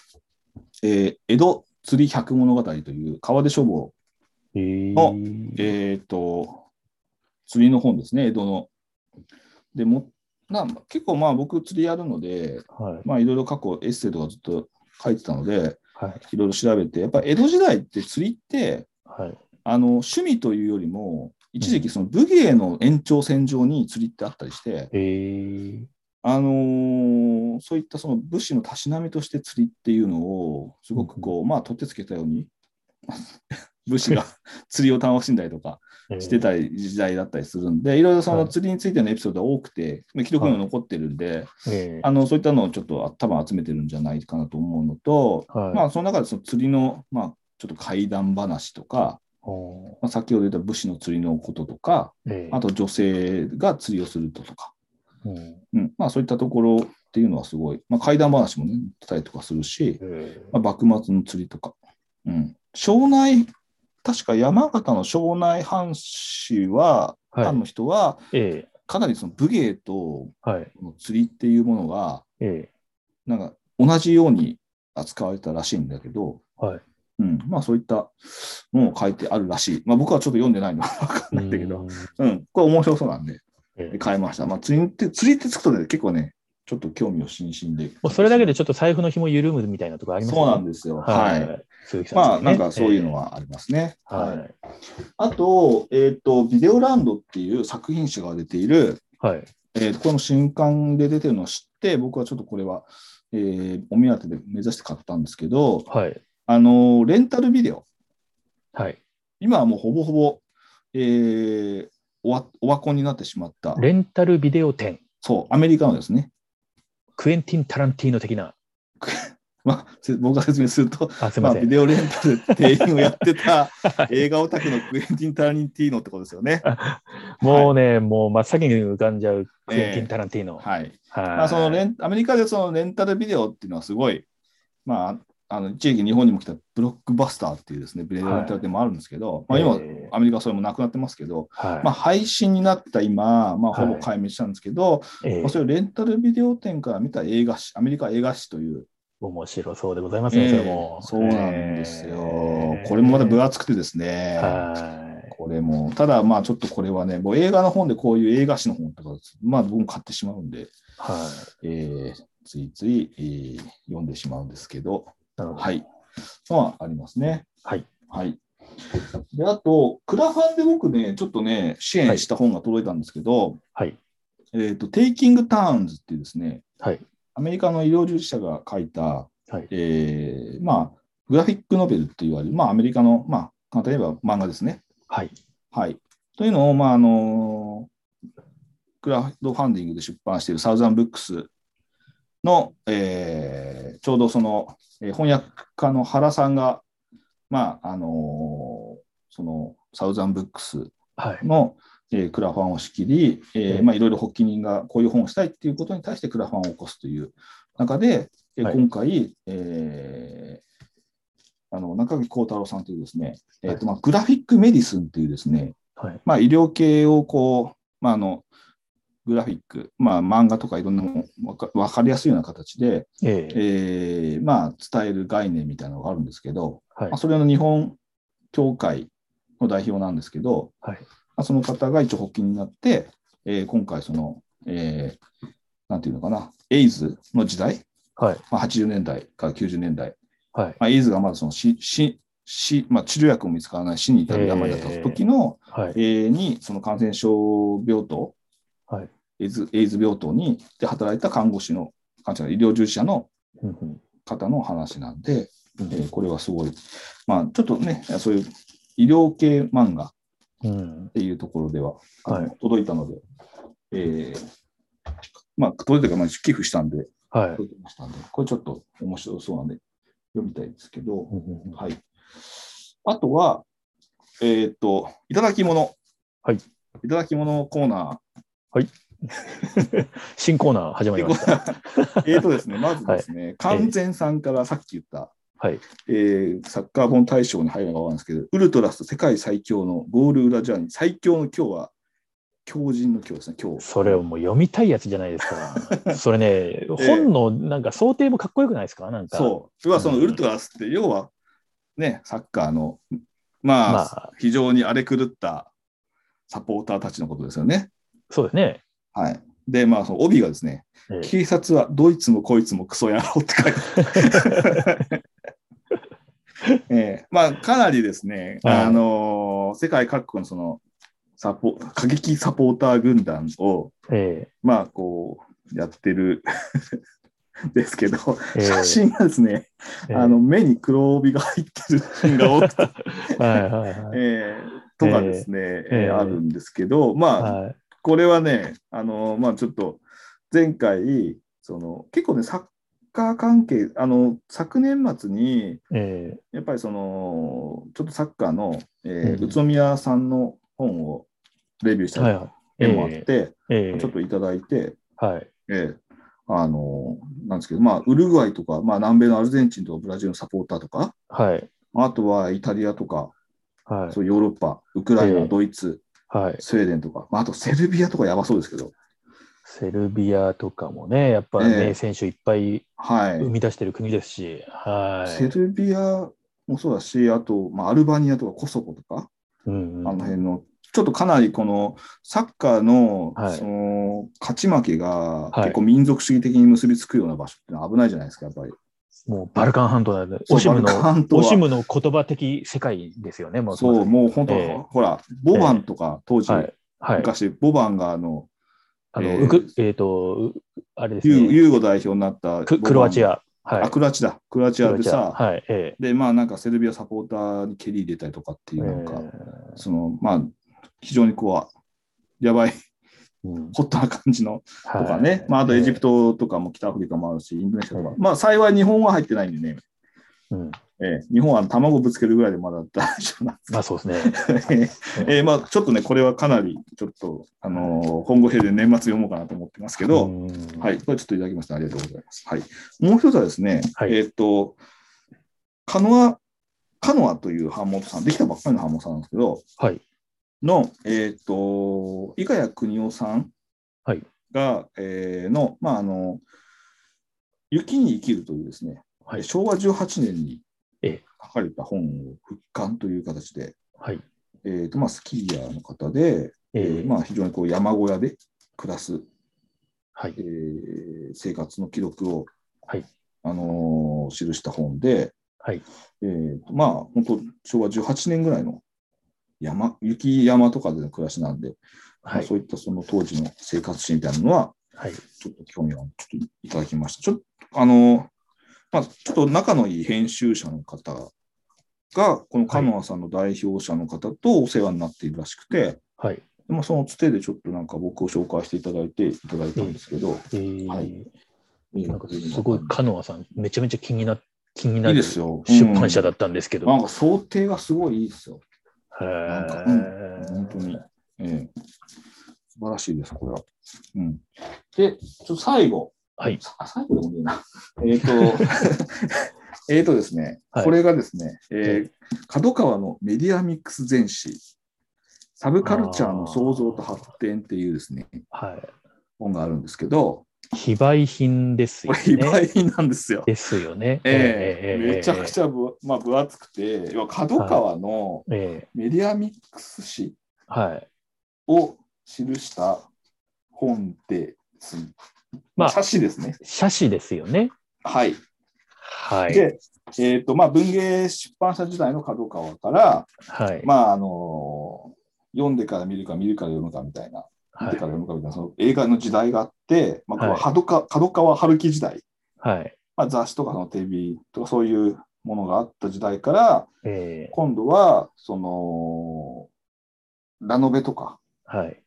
S1: えー江戸釣り百物語という川出書房、
S2: えー
S1: あえーと、釣りの本ですね、江戸の。でもな結構まあ僕釣りやるので、
S2: はい
S1: まあいろいろ過去エッセイとかずっと書いてたので、
S2: はい
S1: いろいろ調べて、やっぱ江戸時代って釣りって、
S2: はい
S1: あの趣味というよりも、一時期その武芸の延長線上に釣りってあったりして、
S2: えー
S1: あのーそういったその物資のたしなみとして釣りっていうのをすごくこう、まあ取ってつけたように 物資が釣りを楽しんだりとか
S2: えー
S1: してたり時代だったりするんでいろいろそ
S2: は
S1: の
S2: い
S1: 釣りについてのエピソードが多くて記録にも残ってるんで、
S2: えー
S1: あのそういったのをちょっと多分集めてるんじゃないかなと思うのと、
S2: はい
S1: まあその中でその釣りの、まあ、ちょっと怪談話とか、
S2: お
S1: まあ、先ほど言った武士の釣りのこととか
S2: ーえー
S1: あと女性が釣りをするととか。
S2: うん
S1: うんまあ、そういったところっていうのはすごい、まあ、怪談話もね、たりとかするし、
S2: えー
S1: まあ、幕末の釣りとか、うん、庄内、確か山形の庄内藩士は、
S2: はい
S1: 藩の人は、
S2: え
S1: かなりその武芸と
S2: ーはい
S1: 釣りっていうものが、
S2: え
S1: なんか同じように扱われたらしいんだけど、
S2: ーはい
S1: うん、まあそういったのを書いてあるらしい。まあ僕はちょっと読んでないの わかんないんだけど、
S2: うーん
S1: うん、これ面白そうなんで、
S2: え ー
S1: 買いました。まあ、釣りって、釣りってつくとね、結構ね、ちょっと興味を津々で。
S2: もうそれだけでちょっと財布の紐緩むみたいなところあります
S1: そうなん
S2: で
S1: ですよ。は。
S2: はいい。鈴木さん
S1: まあ、
S2: ですね
S1: なんかそういうの。はありますね。
S2: えー
S1: は。
S2: はいい。
S1: あと、えっ、と、ビデオランドっていう作品誌が出ている、
S2: はい。
S1: えーとこの新刊で出てるのを知って、僕はちょっとこれは、えーお目当てで目指して買ったんですけど、
S2: はい。
S1: あのーレンタルビデオ、
S2: はい。
S1: 今はもうほぼほぼ、えーおわオワコンになってしまった、
S2: レンタルビデオ店、
S1: そう、アメリカのですね。
S2: クエンティン・タランティーノ的な。
S1: まあ、せ僕が説明すると、
S2: あ、すみ
S1: ま
S2: ま
S1: あ、
S2: せ
S1: ビ
S2: ん。
S1: デオレンタルで店員をやって た映画オタクのクエンティン・タラニンティーノってことですよね。
S2: もうね、もう真っ先に浮かんじゃうクエンティ
S1: え
S2: ン・タランティーノ。はい。
S1: はいまあ、そのレンアメリカでそのレンタルビデオっていうのはすごい、まあ、あの一時期日本にも来たブロックバスターっていうですねビデオレンタルでもあるんですけど、まあ、今、
S2: え
S1: アメリカはそれもなくなってますけど、
S2: ーはい。
S1: まあ、配信になった今、まあ、ほぼ
S2: はい
S1: 壊滅したんですけど、
S2: え
S1: まあ、
S2: ー
S1: そういうレンタルビデオ店から見た映画誌アメリカ映画誌という
S2: 面白そうでございますね、それも
S1: え。ーそうなんですよ、
S2: えー
S1: これもまた分厚くてですね、
S2: はい。
S1: これも、ただまあちょっとこれはね、もう映画の本でこういう映画誌の本とか、まあ僕も買ってしまうんで、
S2: はい。
S1: えーついつい、えー読んでしまうんですけど、
S2: なるほど
S1: はい。まあありますね。
S2: はい。
S1: はい。で、あと、クラファンで僕ね、ちょっとね、支援した本が届いたんですけど、
S2: はい。
S1: えっと、テイキングターンズっていうですね、
S2: はい。
S1: アメリカの医療従事者が書いた、
S2: はい
S1: えーまあ、グラフィックノベルって言われる、まあアメリカの、まあ簡単に言えば漫画ですね。
S2: はい。
S1: はい。というのを、まあ、あの、クラウドファンディングで出版しているサウザンブックスの、えーちょうどその、えー翻訳家の原さんが、まあ、あのそのサウザンブックス
S2: はい。
S1: の、えークラファンを仕切り、え
S2: え
S1: ー
S2: え
S1: まあ、いろいろ発起人がこういう本をしたいっていうことに対してクラファンを起こすという中で、えー
S2: はい
S1: 今回、えーあの中垣幸太郎さんというですね、えーとまあ、グラフィックメディスンというですね、
S2: はい。
S1: まあ、医療系をこう、まあ、あのグラフィック、まあ、漫画とかいろんなものわかわかりやすいような形で、
S2: えー
S1: えーまあ、伝える概念みたいなのがあるんですけど、
S2: はい
S1: まあ、。それの日本協会の代表なんですけど、
S2: はい
S1: まあ、その方が一応発起になって、えー今回その、えーなんていうのかな、エイズの時代、
S2: はい。
S1: まあ、80年代から90年代、
S2: はい。
S1: まあ、エイズがまだその死死死、まあ、治療薬も見つからない死に至る病だった時の、
S2: はい。
S1: えーにその感染症病棟、
S2: はい
S1: エイズエイズ病棟にで働いた看護師の、看護師の医療従事者の
S2: うんうん
S1: 方の話なんで、
S2: うん
S1: えーこれはすごい、まあ、ちょっとね、そういう医療系漫画っ
S2: うん。
S1: ていうところでは、あの
S2: は
S1: 届いたので、えーまあ、届いたか、まあ、寄付したんで、
S2: はい。
S1: 届きましたんで、これちょっと面白そうなんで、読みたいですけど、
S2: うんうんうん
S1: はい。あとは、えーっ、と、いただき物。
S2: はい。
S1: いただき物コーナ
S2: 新コーナー始まりました。
S1: ー。えーっとですね、まずですね、完全さんからさっき言った、
S2: はい。
S1: えーサッカー本大賞に入るのがわかるんですけど、ウルトラス世界最強のゴール裏ジャーニー、最強の今日は狂人の狂ですね、狂。
S2: それをもう読みたいやつじゃないですか。それね、
S1: え
S2: 本のなんか想定もかっこよくないですかなんか。
S1: そう。要はその
S2: うん
S1: ウルトラスって、要は、ね、サッカーの、まあ、
S2: まあ
S1: 非常に荒れ狂ったサポーターたちのことですよね。
S2: そうですね。
S1: はい。で、まあ、その帯がですね、
S2: ええ
S1: 警察はどいつもこいつもクソ野郎って書いて ええまあ、かなりですね、
S2: はい
S1: あのー世界各国のそのサポ、過激サポーター軍団を、
S2: え
S1: まあ、こう、やってる ですけど、
S2: え
S1: 写真がですね、
S2: ええ
S1: あの目に黒帯が入ってるシーンが多く て、
S2: はいはいはい。
S1: ええとかですね、ええ
S2: ええ
S1: あるんですけど、まあ、
S2: はい
S1: これはね、あのまあ、ちょっと前回その、結構ね、サッカー関係、あの昨年末に、
S2: ええ
S1: やっぱりその、ちょっとサッカーの、えー
S2: う
S1: 宇
S2: ん
S1: 都宮さんの本をレビューし
S2: はい
S1: た
S2: はい。
S1: 件もあって、
S2: ええ
S1: ちょっといただいて、
S2: はい。
S1: えーあのなんですけど、まあ、ウルグアイとか、まあ、南米のアルゼンチンとかブラジルのサポーターとか、
S2: はい。
S1: あとはイタリアとか、
S2: は
S1: そうヨーロッパ、ウクライナ、
S2: ええ
S1: ドイツ、
S2: い。はい。
S1: スウェーデンとか、まあ、あとセルビアとかやばそうですけど、
S2: セルビアとかもね、やっぱ名、
S1: ええ
S2: 選手いっぱい
S1: はい。
S2: 生み出してる国ですし、は
S1: セ
S2: い。
S1: ルビアもそうだし、あと、まあ、アルバニアとかコソコとか、
S2: うんうん
S1: あの辺の、ちょっとかなりこのサッカーの,、
S2: はい
S1: その勝ち負けが
S2: い
S1: 結構民族主義的に結びつくような場所ってのは危ないじゃないですか、やっぱり。
S2: もうバルカン半島なんで、
S1: そう
S2: オシ
S1: バ
S2: ム
S1: ルカン
S2: の
S1: 半、島は
S2: オシムの言葉的世界ですよね、も
S1: そう、
S2: う
S1: もう本当、
S2: ええ
S1: ほら、ボバンとか、当時、
S2: まさに。はい。はい。
S1: 昔、ボバンがあの、
S2: あ
S1: え
S2: の、
S1: ー
S2: ウク、えっと、うあれです
S1: ユー
S2: ね。
S1: ユーゴ代表になったボバ
S2: ク
S1: ン
S2: クロアチア。は
S1: あ、
S2: い。
S1: クロアチだ、クロアチアでさ、
S2: はい。え
S1: で、まあなんかセルビアサポーターに蹴り入れたりとかって
S2: え
S1: いう、なんか、
S2: ええ
S1: その、まあ、非常にこう、やばい、
S2: うん
S1: ホットな感じの
S2: は
S1: と
S2: い
S1: かね、まあ、あとエジプ
S2: ト。
S1: トとかも北アフリカもあるし、インドネシアとか、
S2: はい
S1: まあ幸い日本は入ってないんでね、
S2: うん
S1: ええ日本は卵ぶつけるぐらいでまだ大丈夫なん
S2: まあそうですね。
S1: ですけど、ええまあ、ちょっとね、これはかなりちょっと、あのー今後平で年末読もうかなと思ってますけど、
S2: うん
S1: はい、これちょっといただきました。ありがとうございます。はい、もう一つはですね、
S2: はい
S1: えっ、と、カノア、カノアという版元さん、できたばっかりの版元さんなんですけど、
S2: はい。
S1: の、えっ、と、伊賀谷邦夫さんが、
S2: はい
S1: えーの、まあ、あの、雪に生きるというですね、
S2: はい
S1: 昭和18年に
S2: ええ
S1: 書かれた本を復刊という形で、
S2: はい。
S1: えーとまあ、スキーヤーの方で、え
S2: え
S1: ーまあ、非常にこう山小屋で暮らす
S2: はい
S1: え。ー生活の記録を、
S2: はい
S1: あのー記した本で、
S2: はい
S1: えーとまあ本当昭和18年ぐらいの山雪山とかでの暮らしなんで、ま
S2: は
S1: あ
S2: い
S1: そ。ういったその当時の生活史みたいなのは
S2: はい。
S1: ちょっと興味をちょっといただきました。ちょっとあのーまあ、ちょっと仲のいい編集者の方が、このカノアさんの代表者の方とお世話になっているらしくて、
S2: はい。
S1: まあ、そのつてでちょっとなんか僕を紹介していただいていただいたんですけど、
S2: えー
S1: はい
S2: なんかすごい、カノアさん、めちゃめちゃ気にな、気に
S1: い
S2: ない
S1: で
S2: る
S1: すよ。
S2: 出版社だ
S1: っ
S2: ったんですけ
S1: た
S2: ど。
S1: なんか想定がすごいいいですよ。
S2: へー
S1: なんかうん本当に。ええ素晴らしいです、これは。うん、で、ちょっと最後。
S2: はい
S1: さ最後でもねえな。えっ、と、 えっとですね、
S2: はい
S1: これがですね、え
S2: え
S1: ー、角川のメディアミックス全史、サブカルチャーの創造と発展っていうですね、
S2: は
S1: 本があるんですけど、
S2: い。非売品です
S1: こ
S2: よ
S1: れ
S2: ね。
S1: 非売品なんですよ。
S2: ですよね。
S1: ええ
S2: ええ
S1: めちゃくちゃぶ、まあ、分厚くて、要は角川の
S2: ええ
S1: メディアミックス誌
S2: はい。
S1: を記した本です。
S2: ま
S1: ま
S2: あ
S1: あ、冊子ですね。
S2: 写真ですよね。
S1: はい。
S2: はい。
S1: で、えっ、と、まあ、文芸出版社時代の角川から、
S2: はい。
S1: まあ、あの読んでから見るか見るから読むかみたいな、見
S2: は
S1: て
S2: い
S1: から読むかみたいな、その映画の時代があって、まあ、これは
S2: はい
S1: 角川角川春樹時代、
S2: はい。
S1: まあ、雑誌とかのテレビとかそういうものがあった時代から、
S2: ええ
S1: 今度は、その、ラノベとか、
S2: はい。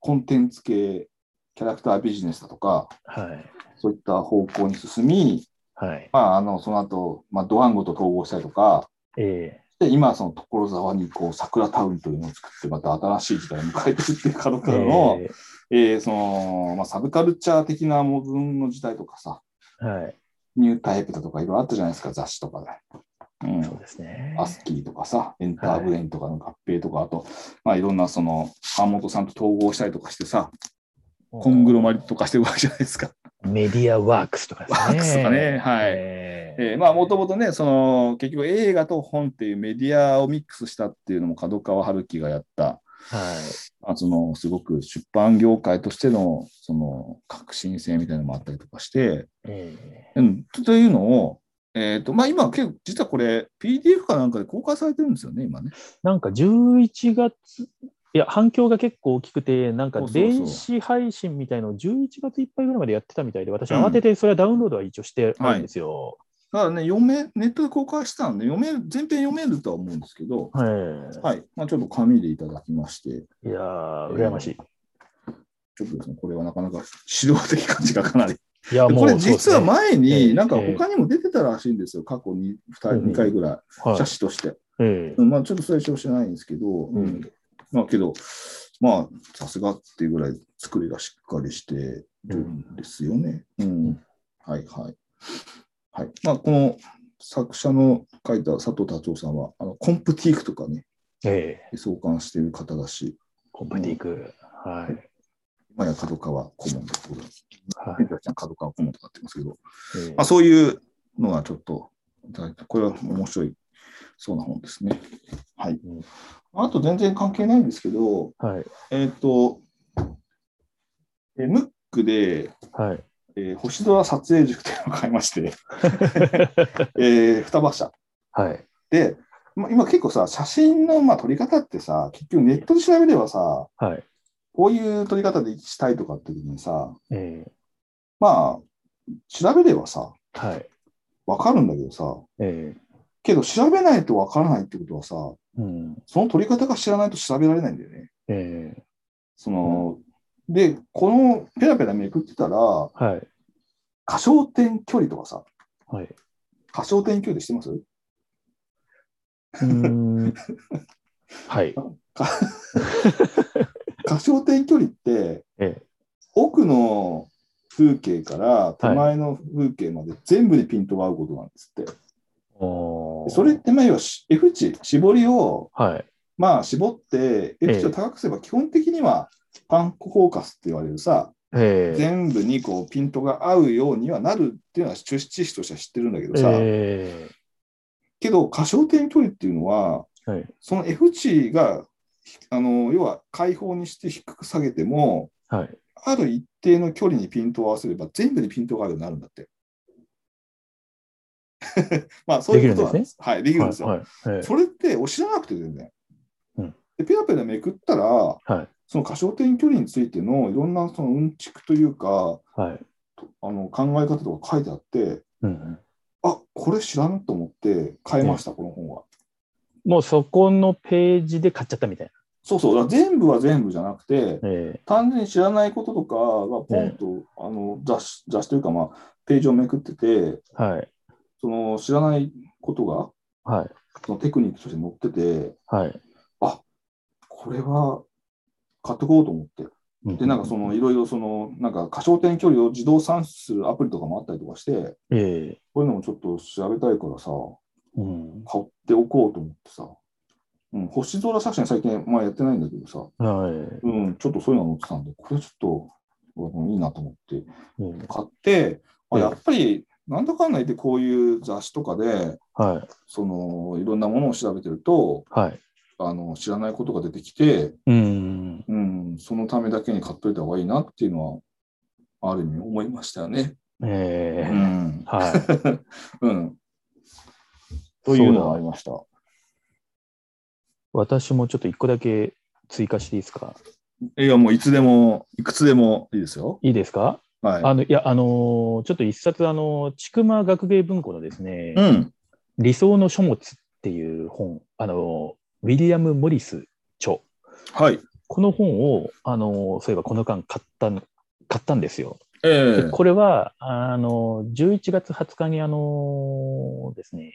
S1: コンテンツ系、キャラクタービジネスだとか、
S2: はい。
S1: そういった方向に進み、
S2: はい。
S1: まあ、あのその後、まあ、ドワンゴと統合したりとか、
S2: ええ
S1: で今はその所沢にこう桜タウンというのを作って、また新しい時代を迎えているっていう角川の、
S2: え
S1: えーそのまあ、サブカルチャー的な部分の時代とかさ、
S2: えはい。
S1: ニュータイプだとかいろいろあったじゃないですか、雑誌とかで。うん
S2: そうですね。
S1: アスキーとかさ、エンターブレインとかの合併とか、あと、まあ、いろんなその、版元さんと統合したりとかしてさ、コングロマリとかしてるわけじゃないですか。
S2: メディアワークスとかですね。
S1: ワークスとかねはい
S2: え
S1: えーまあ、もともとね、その、結局映画と本っていうメディアをミックスしたっていうのも角川春樹がやった、
S2: はい。
S1: まあ、その、すごく出版業界としての、その、革新性みたいなのもあったりとかして、
S2: え
S1: うん、というのを、えっ、と、まあ今、結構、実はこれ、PDF かなんかで公開されてるんですよね、今ね。
S2: ーなんか11月、いや、反響が結構大きくて、なんか
S1: そうそうそう
S2: 電子配信みたいのを11月いっぱいぐらいまでやってたみたいで、私、
S1: うん
S2: 慌ててそれはダウンロードは一応してあるんですよ。
S1: ただね、読め、ネットで公開したんで、読める、全編読めるとは思うんですけど、
S2: はい。
S1: はい。まあちょっと紙でいただきまして、
S2: い、やー、羨まし
S1: ち
S2: い。
S1: ょっとですね、これはなかなか指導的感じがかなり。
S2: いや、
S1: で
S2: も
S1: こ
S2: う、
S1: れ実は前
S2: ええ
S1: に、なんか
S2: ええ
S1: 他にも出てたらしいんですよ、過去に 2,
S2: うん
S1: 2回ぐら
S2: そう
S1: い、
S2: で
S1: 写
S2: す
S1: 真
S2: ね
S1: として。
S2: はいえ
S1: うんまあちょっとそれは一応してないんですけど、
S2: ん
S1: うんまあけど、まあさすがっていうぐらい作りがしっかりしてるんですよね。うん。はいはい。はい。まあこの作者の書いた佐藤達夫さんは、あのコンプティークとかね、
S2: えええ
S1: 創刊している方だし、
S2: コンプティーク。はい。
S1: 今や角川顧問だところ、
S2: はい
S1: ペンちゃん角川顧問となってますけど、
S2: ええ
S1: まあ、そういうのがちょっといただいて、これは面白いそうな本ですね。はい
S2: うん。
S1: あと全然関係ないんですけど、
S2: はい。
S1: えっ、と、えームックで、
S2: はい。
S1: えー星空撮影塾というのを買いま して、えー双葉社
S2: はい。
S1: で、まあ今結構さ、写真のまあ撮り方ってさ、結局ネットで調べればさ、
S2: はい。
S1: こういう撮り方でしたいとかって時にさ、
S2: ええ
S1: まあ、調べればさ、
S2: はい。
S1: わかるんだけどさ、
S2: ええ
S1: けど調べないとわからないってことはさ、
S2: うん。
S1: その取り方が知らないと調べられないんだよね。
S2: ええ
S1: その、で、このペラペラめくってたら、
S2: はい。
S1: 過焦点距離とかさ、
S2: はい。
S1: 過焦点距離してます
S2: うー んはい。
S1: 過焦点距離って、
S2: ええ
S1: 奥の風景から手前の風景まで全部にピントが合うことなんですって。
S2: おー
S1: それって、まあ、要はし F 値、絞りを、
S2: はい。
S1: まあ、絞って、
S2: え
S1: F 値を高くすれば、基本的には、パンクフォーカスって言われるさ、
S2: ええ
S1: 全部にこうピントが合うようにはなるっていうのは知識としては知ってるんだけどさ、
S2: え
S1: けど過焦点距離っていうのは
S2: えはい。
S1: その F 値があの要は開放にして低く下げても
S2: はい。
S1: ある一定の距離にピントを合わせれば全部にピントが合うようになるんだって。 まあそういうことなんです。はい、できるんですよ。
S2: はい。はいえ
S1: それってお知らなくて全然。
S2: うん
S1: でペラペラめくったら、
S2: はい
S1: その過焦点距離についてのいろんなそのうんちくというか、
S2: えはい。
S1: あの考え方とか書いてあって、
S2: うん。
S1: あこれ知らんと思って買いました、この本は。
S2: もうそこのページで買っちゃったみたい
S1: そうそう、だから全部は全部じゃなくて、
S2: な。え
S1: 単純に知らないこととかがポンと、あの雑誌雑誌というか、まあ、ページをめくってて、
S2: えはい。
S1: その知らないことが
S2: はい。
S1: そのテクニックとして載ってて、
S2: はい。
S1: これは買ってこうと思って。
S2: う
S1: で、なんかそのいろいろその、なんか過焦点距離を自動算出するアプリとかもあったりとかして、
S2: ええ
S1: こういうのもちょっと調べたいからさ、
S2: うん。
S1: 買っておこうと思ってさ、うん、星空作戦最近、まあ、やってないんだけどさ、
S2: はい。
S1: うん、ちょっとそういうのが載ってたんで、これちょっとうんいいなと思って
S2: うん
S1: 買って、あ
S2: うん
S1: やっぱりなんだかんだ言ってこういう雑誌とかで
S2: はい。
S1: そのいろんなものを調べてると
S2: はい。
S1: あの知らないことが出てきて、
S2: うん。
S1: うん、そのためだけに買っといた方がいいなっていうのはある意味思いましたよね。う
S2: ええ
S1: ん、
S2: はい。
S1: うん、というのがありました。
S2: 私もちょっと一個だけ追加していいですか
S1: いやもういつでもいくつでもいいですよ。
S2: いいですか
S1: はい。
S2: あの、いや、あのーちょっと一冊、あのー、千曲学芸文庫のですね、
S1: うん
S2: 理想の書物っていう本、あのーウィリアム・モリス著、
S1: はい。
S2: この本を、あのーそういえばこの間買ったん、買ったんですよ。
S1: ええ
S2: でこれは、あのー、11月20日に、あのーですね、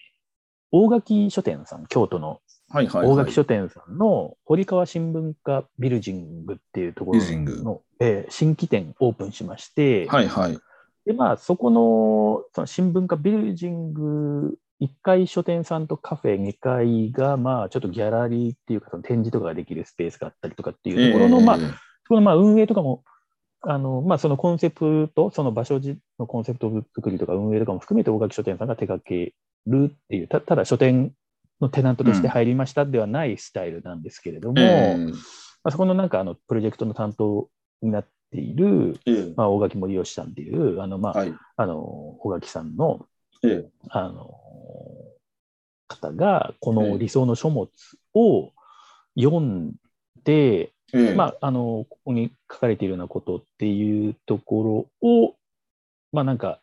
S2: 大垣書店さん、京都の
S1: はいはい、
S2: 大
S1: はい
S2: 垣。書店さんの堀川新聞化ビルジングっていうとこ
S1: ビ
S2: ろ
S1: ルジング
S2: の、えー新規店オープンしまして、
S1: はいはい。
S2: で、まあ、そこのその新聞化ビルジング1階書店さんとカフェ、2階が、まあ、ちょっとギャラリーっていうか、その展示とかができるスペースがあったりとかっていうところの、まあ、そのまあ運営とかも、あのまあ、そのコンセプト、その場所のコンセプト作りとか運営とかも含めて、大垣書店さんが手掛けるっていう、たただ書店のテナントとして入りましたではないスタイルなんですけれども、
S1: ええ
S2: まあ、そこのなんかあのプロジェクトの担当になっている、
S1: ええ
S2: まあ、大垣森吉さんっていう、あのまあ
S1: はい。
S2: あの大垣さんの
S1: ええ
S2: あの方が、こ
S1: え
S2: の
S1: え
S2: 理想の書物を読んで、
S1: ええ
S2: まあ、あのここに書かれているようなことっていうところを、まあ、なんか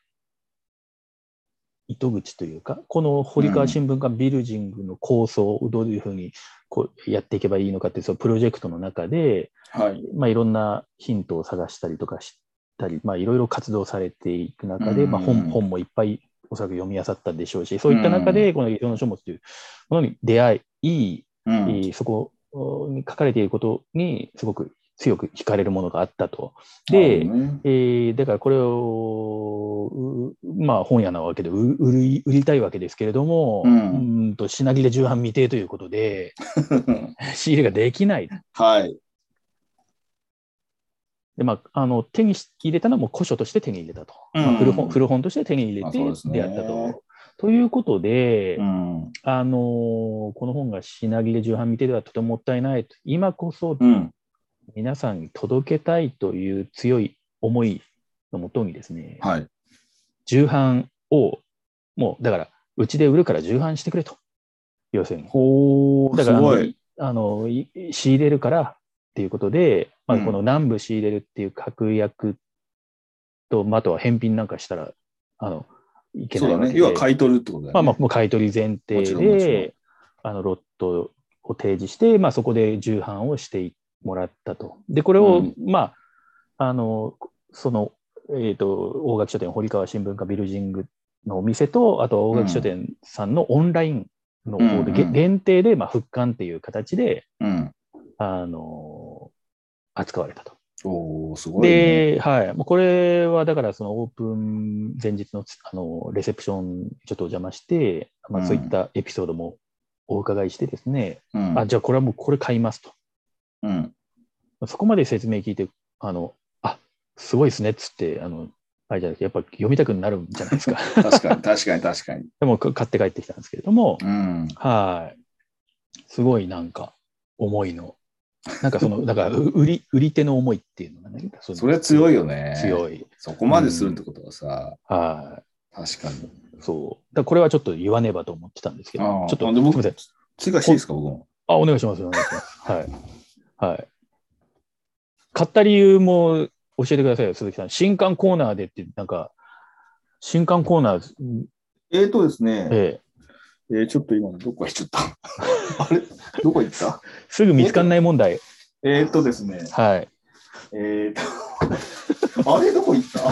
S2: 糸口というかこの堀川新聞がビルジングの構想をどういうふうにこうやっていけばいいのかっていうそのプロジェクトの中で、
S1: はい。
S2: まあ、いろんなヒントを探したりとかしたり、まあ、いろいろ活動されていく中で、
S1: うん
S2: まあ、本本もいっぱいおそらく読み漁ったでしょうしそういった中でこの「世の書物」というものに出会い
S1: うん
S2: えーそこに書かれていることにすごく強く惹かれるものがあったと。
S1: な
S2: で、
S1: るほどね
S2: えーだからこれを、うまあ、本屋なわけでう売り売りたいわけですけれども、
S1: うん
S2: ーんと品切れ重版未定ということで 仕入れができない
S1: はい。
S2: で、まあ、あの手に入れたのはもう古書として手に入れたと、まあ
S1: うん
S2: 古本古本として手に入れて
S1: まあそうですね
S2: 出会ったと。ということで、
S1: うん。
S2: あのーこの本が品切れ重版未定ではとてももったいないと今こそ
S1: うん。
S2: 皆さんに届けたいという強い思いのもとにですね、
S1: はい。
S2: 重版を、もうだから、うちで売るから重版してくれと、要するに。
S1: ほー、
S2: だ
S1: す
S2: からあ
S1: ご
S2: の
S1: い。
S2: あのい仕入れるからっていうことで、まあ、
S1: うん
S2: この南部仕入れるっていう確約と、まああとは返品なんかしたらあのいけ
S1: そう
S2: な
S1: だ
S2: いわけ
S1: ね。
S2: で、
S1: 要は買い取るってことだよね。
S2: まあまあ、もう買い取り前
S1: も
S2: 提
S1: ちろんもちろ
S2: で、あのロットを提示して、まあ、そこで重版をしてもらったと。で、これを、
S1: うん
S2: まあ、あの、その、えっ、と、大垣書店、堀川新聞化ビルジングのお店と、あと大垣書店さんのオンラインの方で、
S1: うんうん
S2: 限定で、まあ、復刊っていう形で、
S1: うん。
S2: あの、扱われたと。
S1: おー、すごい、ね。
S2: で、はい、もうこれはだから、そのオープン前日のつあのレセプション、ちょっとお邪魔して、ま
S1: う
S2: あ、
S1: ん
S2: そういったエピソードもお伺いしてですね、
S1: うん。
S2: あじゃあこれはもうこれ買います
S1: うん。
S2: と、そこまで説明聞いて、あのあすごいですねっつって、あのあれじゃなくて、やっぱ読みたくなるんじゃないですか。
S1: 確かに、 確かに、確かに。
S2: でもか買って帰ってきたんですけれども、
S1: うん。
S2: はい、すごいなんか、思いの、なんかその、だからう売り売り手の思いっていうのがね、そ
S1: それは強いよね。い。
S2: 強い。
S1: そこまでするってことはさ、
S2: はい
S1: 確かに。
S2: そう。だこれはちょっと言わねばと思ってたんですけど、
S1: ああ
S2: ちょっと
S1: あ
S2: す
S1: で
S2: み
S1: 僕
S2: ません。
S1: 追加していいですか、僕も。
S2: あ、お願いします。お願いし ます。はい。はい。買った理由も教えてくださいよ、鈴木さん。新刊コーナーでって、なんか、新刊コーナー、うん
S1: えーとですね、え
S2: え
S1: ーちょっと今、どこ行っちゃった あれどこ行った
S2: え、すぐ見つかんない問題。
S1: えーとですね、
S2: はい。
S1: えーと、あ れどこ行った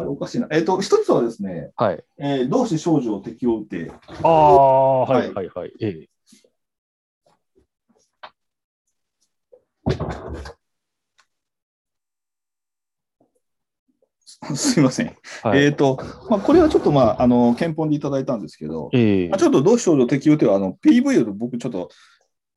S1: あれおかしいな。えーと、一つはですね、
S2: はい。
S1: えー同志少女を敵を打て、
S2: ああ、は、
S1: はいい
S2: はい、はい。ええ。
S1: すい ません。
S2: はい。
S1: えーと、まあ、これはちょっと、まあ、あの、憲法でいただいたんですけど、
S2: ええ
S1: まあ、ちょっと同志少女敵を打ては、あの、PV を僕ちょっと、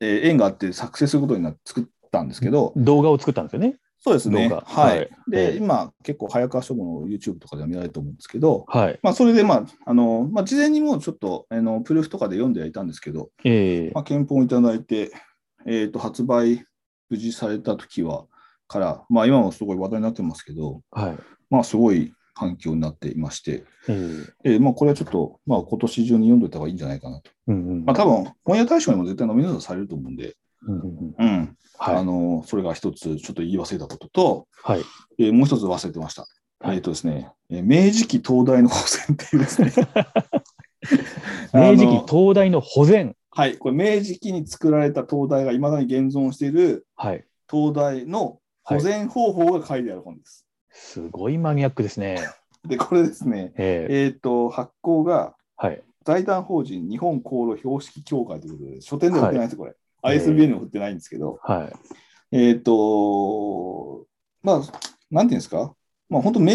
S1: えー縁があって作成することになって作ったんですけど、
S2: 動画を作ったんですよね。
S1: そうですね。
S2: 動画
S1: はい。
S2: はいえ
S1: で、
S2: え
S1: 今、結構、早川書房の YouTube とかでは見られると思うんですけど、
S2: はい。
S1: まあ、それで、まあ、あの、まあ、事前にもうちょっと、あの、プルーフとかで読んではいたんですけど、
S2: ええ。
S1: まあ、憲法をいただいて、えっ、と、発売、無事された時は、から、まあ、今もすごい話題になってますけど、
S2: はい。
S1: まあ、すごい反響になっていまして、
S2: ええ。うん
S1: えーまあ、これはちょっと、まあ、今年中に読んでおいた方がいいんじゃないかなと。
S2: うん。
S1: まあ、多分、本屋大賞にも絶対ノミネートされると思うんで、
S2: うんうんうん。
S1: うん。あ
S2: はい。
S1: の、それが一つ、ちょっと言い忘れたことと、
S2: はい。
S1: えーもう一つ忘れてました。
S2: はい。
S1: えっ、とですね、えー明治期東大の保全っていうですね
S2: 明
S1: あ
S2: 治
S1: の
S2: 期東大の保全。
S1: はい、これ明治期に作られた東大がいまだに現存している
S2: はい。
S1: 東大の保全方法が書いてある本です。
S2: すごいマニアックで すね。
S1: で、これですね、
S2: ええ
S1: えっ、と、発行が
S2: はい。
S1: 財団法人日本航路標識協会ということで、書店では売ってないです、これ。
S2: はい
S1: ISBN にも売ってないんですけど、
S2: はい。
S1: えっ、と、まあ、なんていうんですか、まあ、本当明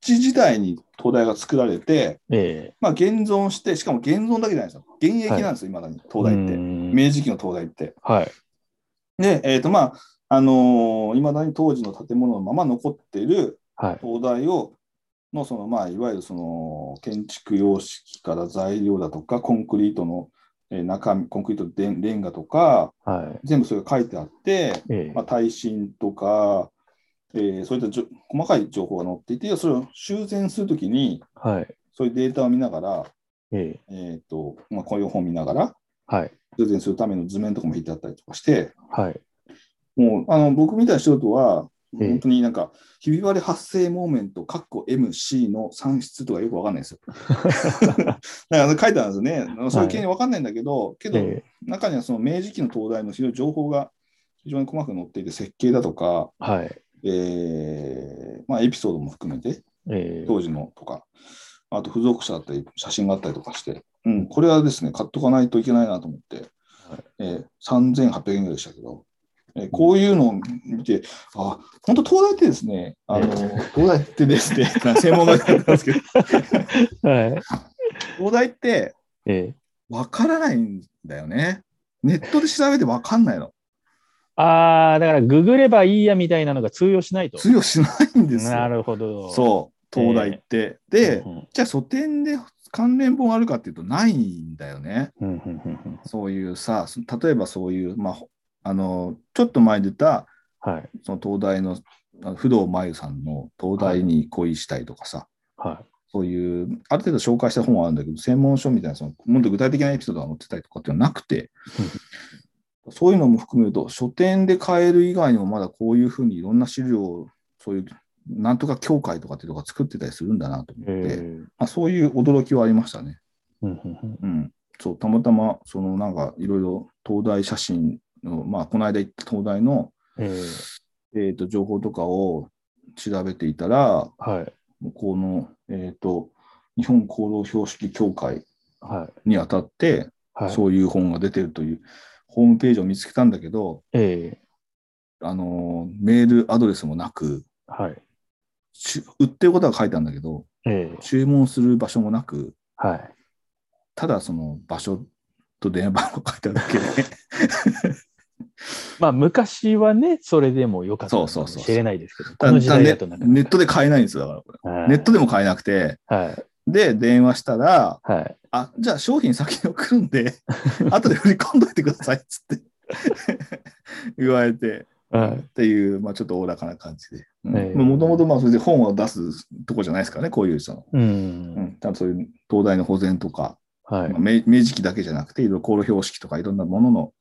S1: 治時代に東大が作られて、
S2: え
S1: まあ、現存して、しかも現存だけじゃないですよ。現役なんですよ、いまだに、
S2: え
S1: 東大って。
S2: て。
S1: 明治期の東大って。
S2: はい。
S1: で、えっ、と、まあ、あのいまだに当時の建物のまま残っている
S2: はい。
S1: 東大を、のそのまあ、いわゆるその建築様式から材料だとか、コンクリートのえー中身、コンクリートでレンガとか、
S2: は
S1: 全部それが書いてあって、
S2: い。ええ
S1: まあ、耐震とか、えーそういったじょ細かい情報が載っていて、それを修繕するときに、
S2: はい。
S1: そういうデータを見ながら、
S2: ええ
S1: えーとまあ、こういう本を見ながら、
S2: はい。
S1: 修繕するための図面とかも引いてあったりとかして、
S2: はい。
S1: もうあの僕みたいな人とは、
S2: ええ
S1: 本当になんか、ひび割れ発生モーメント、カッコ MC の算出とかよくわかんない ですよ。だから書いてあるんですよね。あのそういう系にわかんないんだけど、けど、
S2: ええ
S1: 中にはその明治期の東大の非常に情報が非常に細かく載っていて、設計だとか、
S2: はい。
S1: えーまあ、エピソードも含めて、
S2: ええ
S1: 当時のとか、あと付属者だったり、写真があったりとかして、うん、これはですね、買っとかないといけないなと思って、えー3800円ぐらいでしたけど、えーこういうのを見て、あ、本当、東大ってですね、あの、
S2: え
S1: 東大ってです ね、専門家だったんですけど、
S2: はい。
S1: 東大って
S2: ええ
S1: わからないんだよね。ネットで調べてわかんないの。
S2: ああ、だからググればいいやみたいなのが通用しないと。
S1: 通用しないんです
S2: な
S1: よ。
S2: るほど。
S1: そう、東大って。
S2: う
S1: で、
S2: ん
S1: じゃあ、書店で関連本あるかっていうと、ないんだよね。
S2: うんうんうんうん
S1: そういうさ、そ例えばそういう、まあほ、あのちょっと前に出た
S2: はい。
S1: その東大のあの不動真由さんの東大に恋したいとかさ、
S2: は
S1: そういうある程度紹介した本はあるんだけど、専門書みたいなそのもっと具体的なエピソードが載ってたりとかっていうのはなくて、そういうのも含めると、書店で買える以外にもまだこういうふうにいろんな資料をそういうなんとか協会とかっていうとこが作ってたりするんだなと思
S2: い。
S1: っ
S2: え
S1: て、
S2: え
S1: まあ、そういう驚きはありましたね。
S2: うんうんうん
S1: うん、そうたまたまそのなんかいろいろ東大写真の、まあ、この間行った東大の、
S2: ええ
S1: えー、と情報とかを調べていたら
S2: はい。
S1: 向こうの、えー、と日本行動標識協会
S2: はい。
S1: にあたって、
S2: はい。
S1: そういう本が出てるというホームページを見つけたんだけど、
S2: ええ
S1: あのーメールアドレスもなく
S2: はい。
S1: ちゅ売ってることは書いたんだけど
S2: ええ
S1: 注文する場所もなく
S2: はい。
S1: ただその場所と電話番号書いてあるだけで。
S2: まあ、昔はね、それでもよかったの
S1: そうそうそう
S2: かもしれないですけど、 こ
S1: ただ
S2: の 時代だ
S1: ね
S2: となかなか
S1: ネットで買えないんですよ、だからこれ。
S2: はい
S1: ネットでも買えなくて、
S2: はい。
S1: で、電話したら、
S2: はい。
S1: あじゃあ商品先に送るん で、後で振り込んどいてくださいっつって 言われて、
S2: はい
S1: っていう、まあ、ちょっとおおらかな感じで。うん
S2: ええ
S1: まあもともとまあそれで本を出すとこじゃないですからね、こういうその、
S2: う。
S1: うんん、ただそういう東大の保全とか、
S2: はい
S1: まあ。明明治期だけじゃなくて、いろいろ航路標識とかいろんなものの、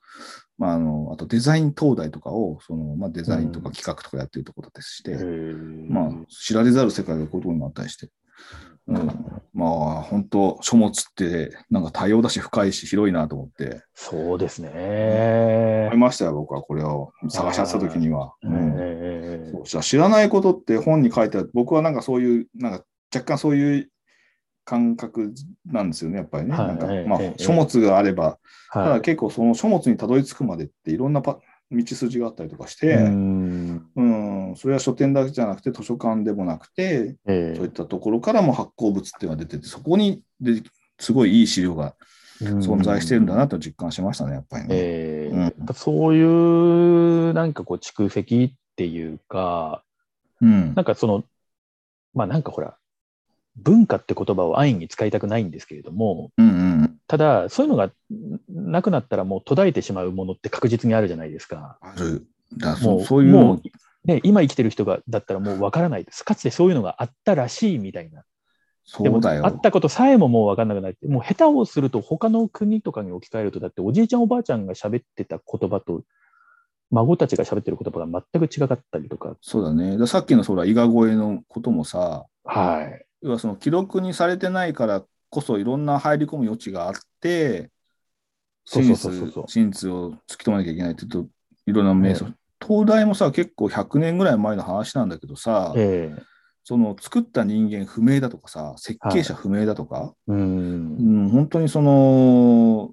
S1: まあ、あのあとデザイン東大とかをその、まあ、デザインとか企画とかやってるところですして、
S2: ええ
S1: まあ、知られざる世界がこういうところにもあったりして、うん、まあ本当書物ってなんか多様だし深いし広いなと思って
S2: そうですね。
S1: 思いましたよ僕はこれを探し出した時には、うん
S2: ええ
S1: そうじゃあ知らないことって本に書いてある僕はなんかそういうなんか若干そういう感覚なんですよねやっぱりね、
S2: はい
S1: なんか
S2: ええ
S1: まあ
S2: ええ
S1: 書物があれば、た
S2: は
S1: だ
S2: い。
S1: 結構その書物にたどり着くまでっていろんなパ道筋があったりとかして、
S2: うん
S1: うん、それは書店だけじゃなくて図書館でもなくて
S2: ええ
S1: そういったところからも発行物っていうのが出てて、そこにですごいいい資料が存在してるんだなと実感しましたね、やっぱりね。
S2: ええ
S1: うん
S2: やっぱそういうなんかこう蓄積っていうか、
S1: うん
S2: な。んかその、まあなんかほら、文化って言葉を安易に使いたくないんですけれども、
S1: うんうん。
S2: ただそういうのがなくなったらもう途絶えてしまうものって確実にあるじゃないですか。
S1: ある。だ
S2: も
S1: そそういうの
S2: もう、ね、今生きてる人がだったらもうわからないです。かつてそういうのがあったらしいみたいな。で
S1: そ
S2: も
S1: うだ
S2: あっ
S1: よ。
S2: たことさえももう分かんなくなって、もう下手をすると他の国とかに置き換えると、だっておじいちゃんおばあちゃんが喋ってた言葉と、孫たちが喋ってる言葉が全く違かったりとか。
S1: そうだね。ださっきのそら、伊賀越えのこともさ、
S2: はい。
S1: 要はその記録にされてないからこそいろんな入り込む余地があって、
S2: そう
S1: 真
S2: そう
S1: 実
S2: そうそうそう
S1: 真実を突き止めなきゃいけないって言うと、いろんな名想。東大もさ、結構100年ぐらい前の話なんだけどさ、
S2: ええ
S1: その作った人間不明だとかさ、設計者不明だとか、
S2: う。
S1: うんん、本当にその、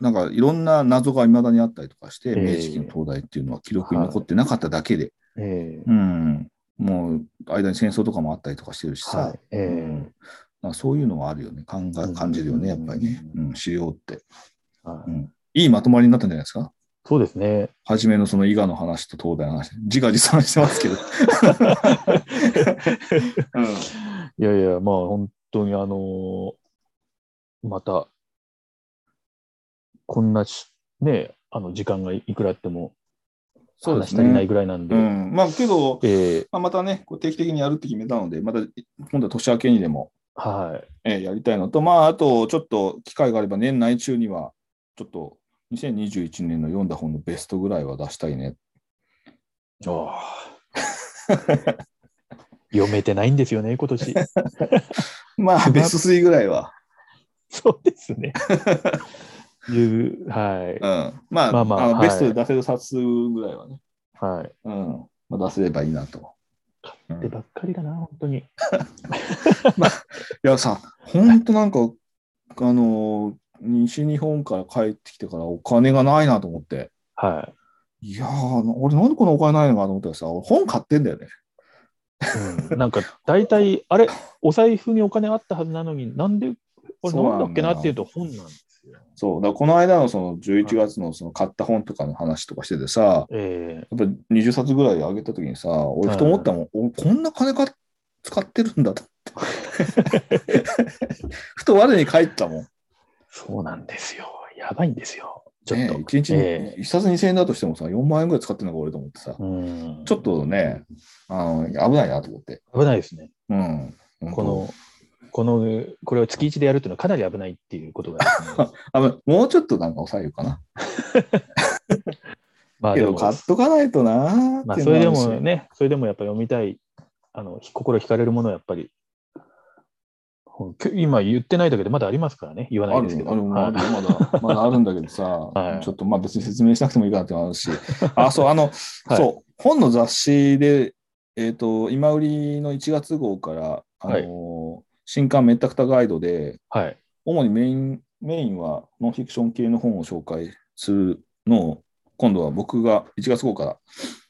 S1: なんかいろんな謎がいまだにあったりとかして、
S2: ええ
S1: 明治期の東大っていうのは記録に残ってなかっただけで、
S2: ええ
S1: うん、もう間に戦争とかもあったりとかしてるしさ、
S2: はいええ
S1: うんなんかそういうのはあるよね感が感じるよねやっぱりね、うん、資料って、
S2: はい
S1: うん。いいまとまりになったんじゃないですか
S2: そうですね。
S1: 初めのその伊賀の話と東大の話自画自賛してます けど、うん
S2: いやいや、まあ本当にあのーまた、こんなし、ね、あの時間がいくらあっても
S1: そうで
S2: 話
S1: す
S2: し足りない
S1: ね、
S2: ぐらいなんで、
S1: うん、まあけど、
S2: ええ
S1: まあ、またねこう定期的にやるって決めたのでまた今度は年明けにでも、
S2: はい。
S1: えーやりたいのとまああとちょっと機会があれば年内中にはちょっと2021年の読んだ本のベストぐらいは出したいね
S2: 読めてないんですよね、今 年。
S1: まあベスト3ぐらいは、
S2: そうですね。いうは
S1: う
S2: い
S1: ん、まあ,、
S2: まあまあ
S1: の
S2: はい
S1: ベストで出せる冊数ぐらいはね、
S2: はい。
S1: うんまあ、出せればいいなと。うん
S2: でばっかりだな、本当に。
S1: いやさ、本当なんか、あのー、西日本から帰ってきてからお金がないなと思って。
S2: はい
S1: やー、俺なんでこんなお金ないのかなと思ったらさ、俺本買ってんだよね。
S2: い。うん、なんか大体、あれ、お財布にお金あったはずなのに、なんで、これ
S1: そう
S2: な
S1: なんん
S2: だ
S1: だ
S2: っけなっていうと本なんですよ。
S1: そう、だからこの間のその11月のその買った本とかの話とかしててさ、
S2: ええ
S1: やっぱ20冊ぐらいあげた時にさ、俺ふと思ったもん、俺こんな金か使ってるんだと思って。 ふと我に返ったもん。
S2: そうなんですよ。やばいんですよ。ちょっ
S1: ね
S2: と。
S1: え、1日に
S2: ええ
S1: 1冊2000円だとしてもさ、4万円ぐらい使ってるのか俺と思ってさ、
S2: うん、
S1: ちょっとね、あの危ないなと思って。
S2: 危ないですね。
S1: うん。
S2: この、この、これを月1でやるっていうのはかなり危ないっていうことがですね、
S1: あのもうちょっとなんか抑えようかな。
S2: まあ
S1: け
S2: で
S1: ど、
S2: も
S1: 買、っとかないとな
S2: ま
S1: ーっ
S2: あ
S1: て
S2: それ
S1: いう
S2: で
S1: の
S2: も
S1: あるし
S2: ね、それでもやっぱ読みたい、あの、心惹かれるものはやっぱり、ほんきょ今言ってないだけでまだありますからね、言わな
S1: あ
S2: い
S1: る
S2: ですけど。
S1: あるま
S2: はい
S1: だまだまだあるんだけ どさ、
S2: い
S1: ちょっとまあ別に説明しなくてもいいかなって思う し、あ、そう、あの、そう、本の雑誌で、えっ、と、今売りの1月号から、あのー新刊めったくたガイドで、
S2: はい。
S1: 主にメイン、メインはノンフィクション系の本を紹介するのを、今度は僕が1月号から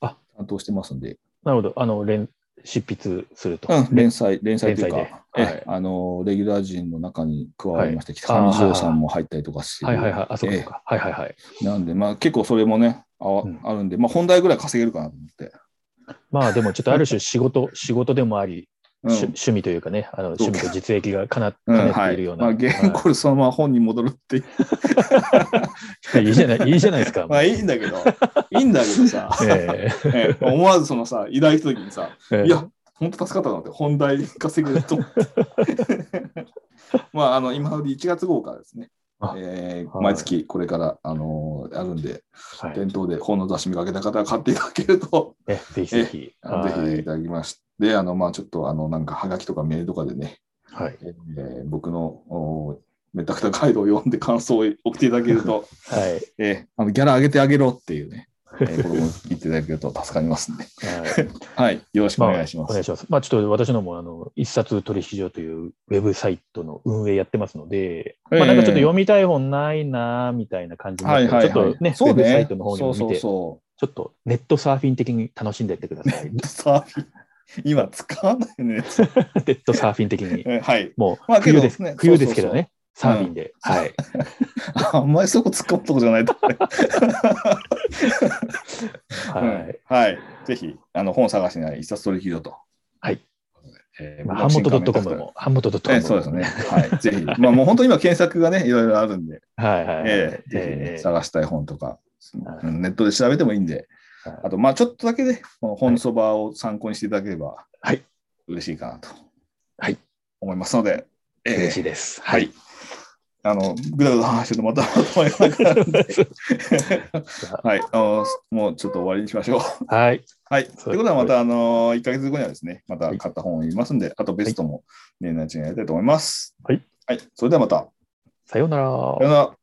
S2: あ
S1: 担当してますんで、
S2: なるほど。あの、連執筆すると。
S1: うん、連載、連載という
S2: 連載
S1: か、え
S2: で
S1: え
S2: はい
S1: あのレギュラー陣の中に加わりまして、北上
S2: あー
S1: 翔さんも入ったりとかしてる、
S2: はいはいはい。あ、そこか。はいはいはい。
S1: なんで、まあ、結構それもね、あわ
S2: うん
S1: あるんで、まあ、本題ぐらい稼げるかなと思って。
S2: まあでもちょっとある種仕事、仕事でもあり、
S1: うん
S2: 趣趣味というかね、あの
S1: そう
S2: 趣味と実益がかな
S1: う
S2: 兼ね
S1: ん、
S2: て
S1: はい
S2: るよ
S1: い。
S2: うな。
S1: まあ、原
S2: は
S1: 稿でそのまま本に戻るっていう。
S2: いいいじゃない、いいじゃないですか。
S1: まあ、いいんだけど、いいんだけど さ、
S2: え
S1: ええ思わずそのさ、依頼した時にさ、
S2: え
S1: いや、本当助かったなって、本題稼げると思って。 まあ、あの、今より1月号からですね
S2: あ、
S1: えー
S2: はい
S1: 毎月これから、あのあるんで、
S2: はい
S1: 店頭で本の雑誌見かけた方は買っていただけると、
S2: えぜひぜひ。
S1: あの
S2: は
S1: ぜひい
S2: い
S1: ただきまして、であの、まあ、ちょっと、あの、なんか、はがきとかメールとかでね、
S2: はい。
S1: えー僕の、おめったくたガイドを読んで感想を送っていただける と、
S2: はい。はい
S1: えーあのギャラ上げてあげろっていうね、えー ことも言っていただけると助かりますんで、はい、よろしくお願いしま
S2: お願い
S1: す。
S2: します。まあちょっと私のも、あの、一冊取引所というウェブサイトの運営やってますので、ま
S1: え
S2: あ
S1: え
S2: なんかちょっと読みたい本ないな、みたいな感じにな
S1: は
S2: っ
S1: い
S2: て
S1: はい
S2: ちょ
S1: は
S2: っ
S1: い
S2: と。ね、ウ
S1: そう
S2: ェブサイ
S1: ね
S2: ト。の方に
S1: そう
S2: も
S1: そう
S2: 見て、ちょ
S1: そ
S2: っとネットサーフィン的に楽しんでいってくだ さい。ネ
S1: う。サーフィン今使わないね。
S2: ットサーフィン的に。
S1: えーはい。
S2: もう
S1: まあけ
S2: 冬
S1: ど
S2: です、
S1: ね
S2: 冬ですけど
S1: そ
S2: ね、
S1: うそう
S2: サーフィンで、はい。
S1: あんまりそこ突っ込むとこじゃないと思う。
S2: は
S1: うんはい。ぜひ、あの本探しない一冊取引所と。
S2: はい。
S1: えー
S2: い。まあ、版元ドットコム。
S1: 僕の
S2: も、版元ドット
S1: 新刊
S2: コ
S1: えーそ
S2: ム
S1: うですね。。はい。ぜひ。まあもう本当今検索がね、いろいろあるんで、
S2: はいはいはい。
S1: えーぜひね、
S2: え
S1: 探したい本とか、
S2: はい
S1: うんネットで調べてもいいんで、
S2: はい
S1: あと、まあちょっとだけね、この本そばを参考にしていただければ、
S2: はい。
S1: 嬉しいかなと。
S2: はい。
S1: 思いますので、えー
S2: 嬉しいです。
S1: は
S2: はいい。。
S1: あの、ぐだぐだ話してるとまたまとまりなくなる んで。はい。あの、もうちょっと終わりにしましょう。
S2: はい。
S1: はい。
S2: そう
S1: ということは、また、あの、1ヶ月後にはですね、また買った本を言いますんで、あとベストも年内中にやりたいと思います。
S2: はい。
S1: はい。それではまた。さ
S2: さようなら
S1: よう。なら。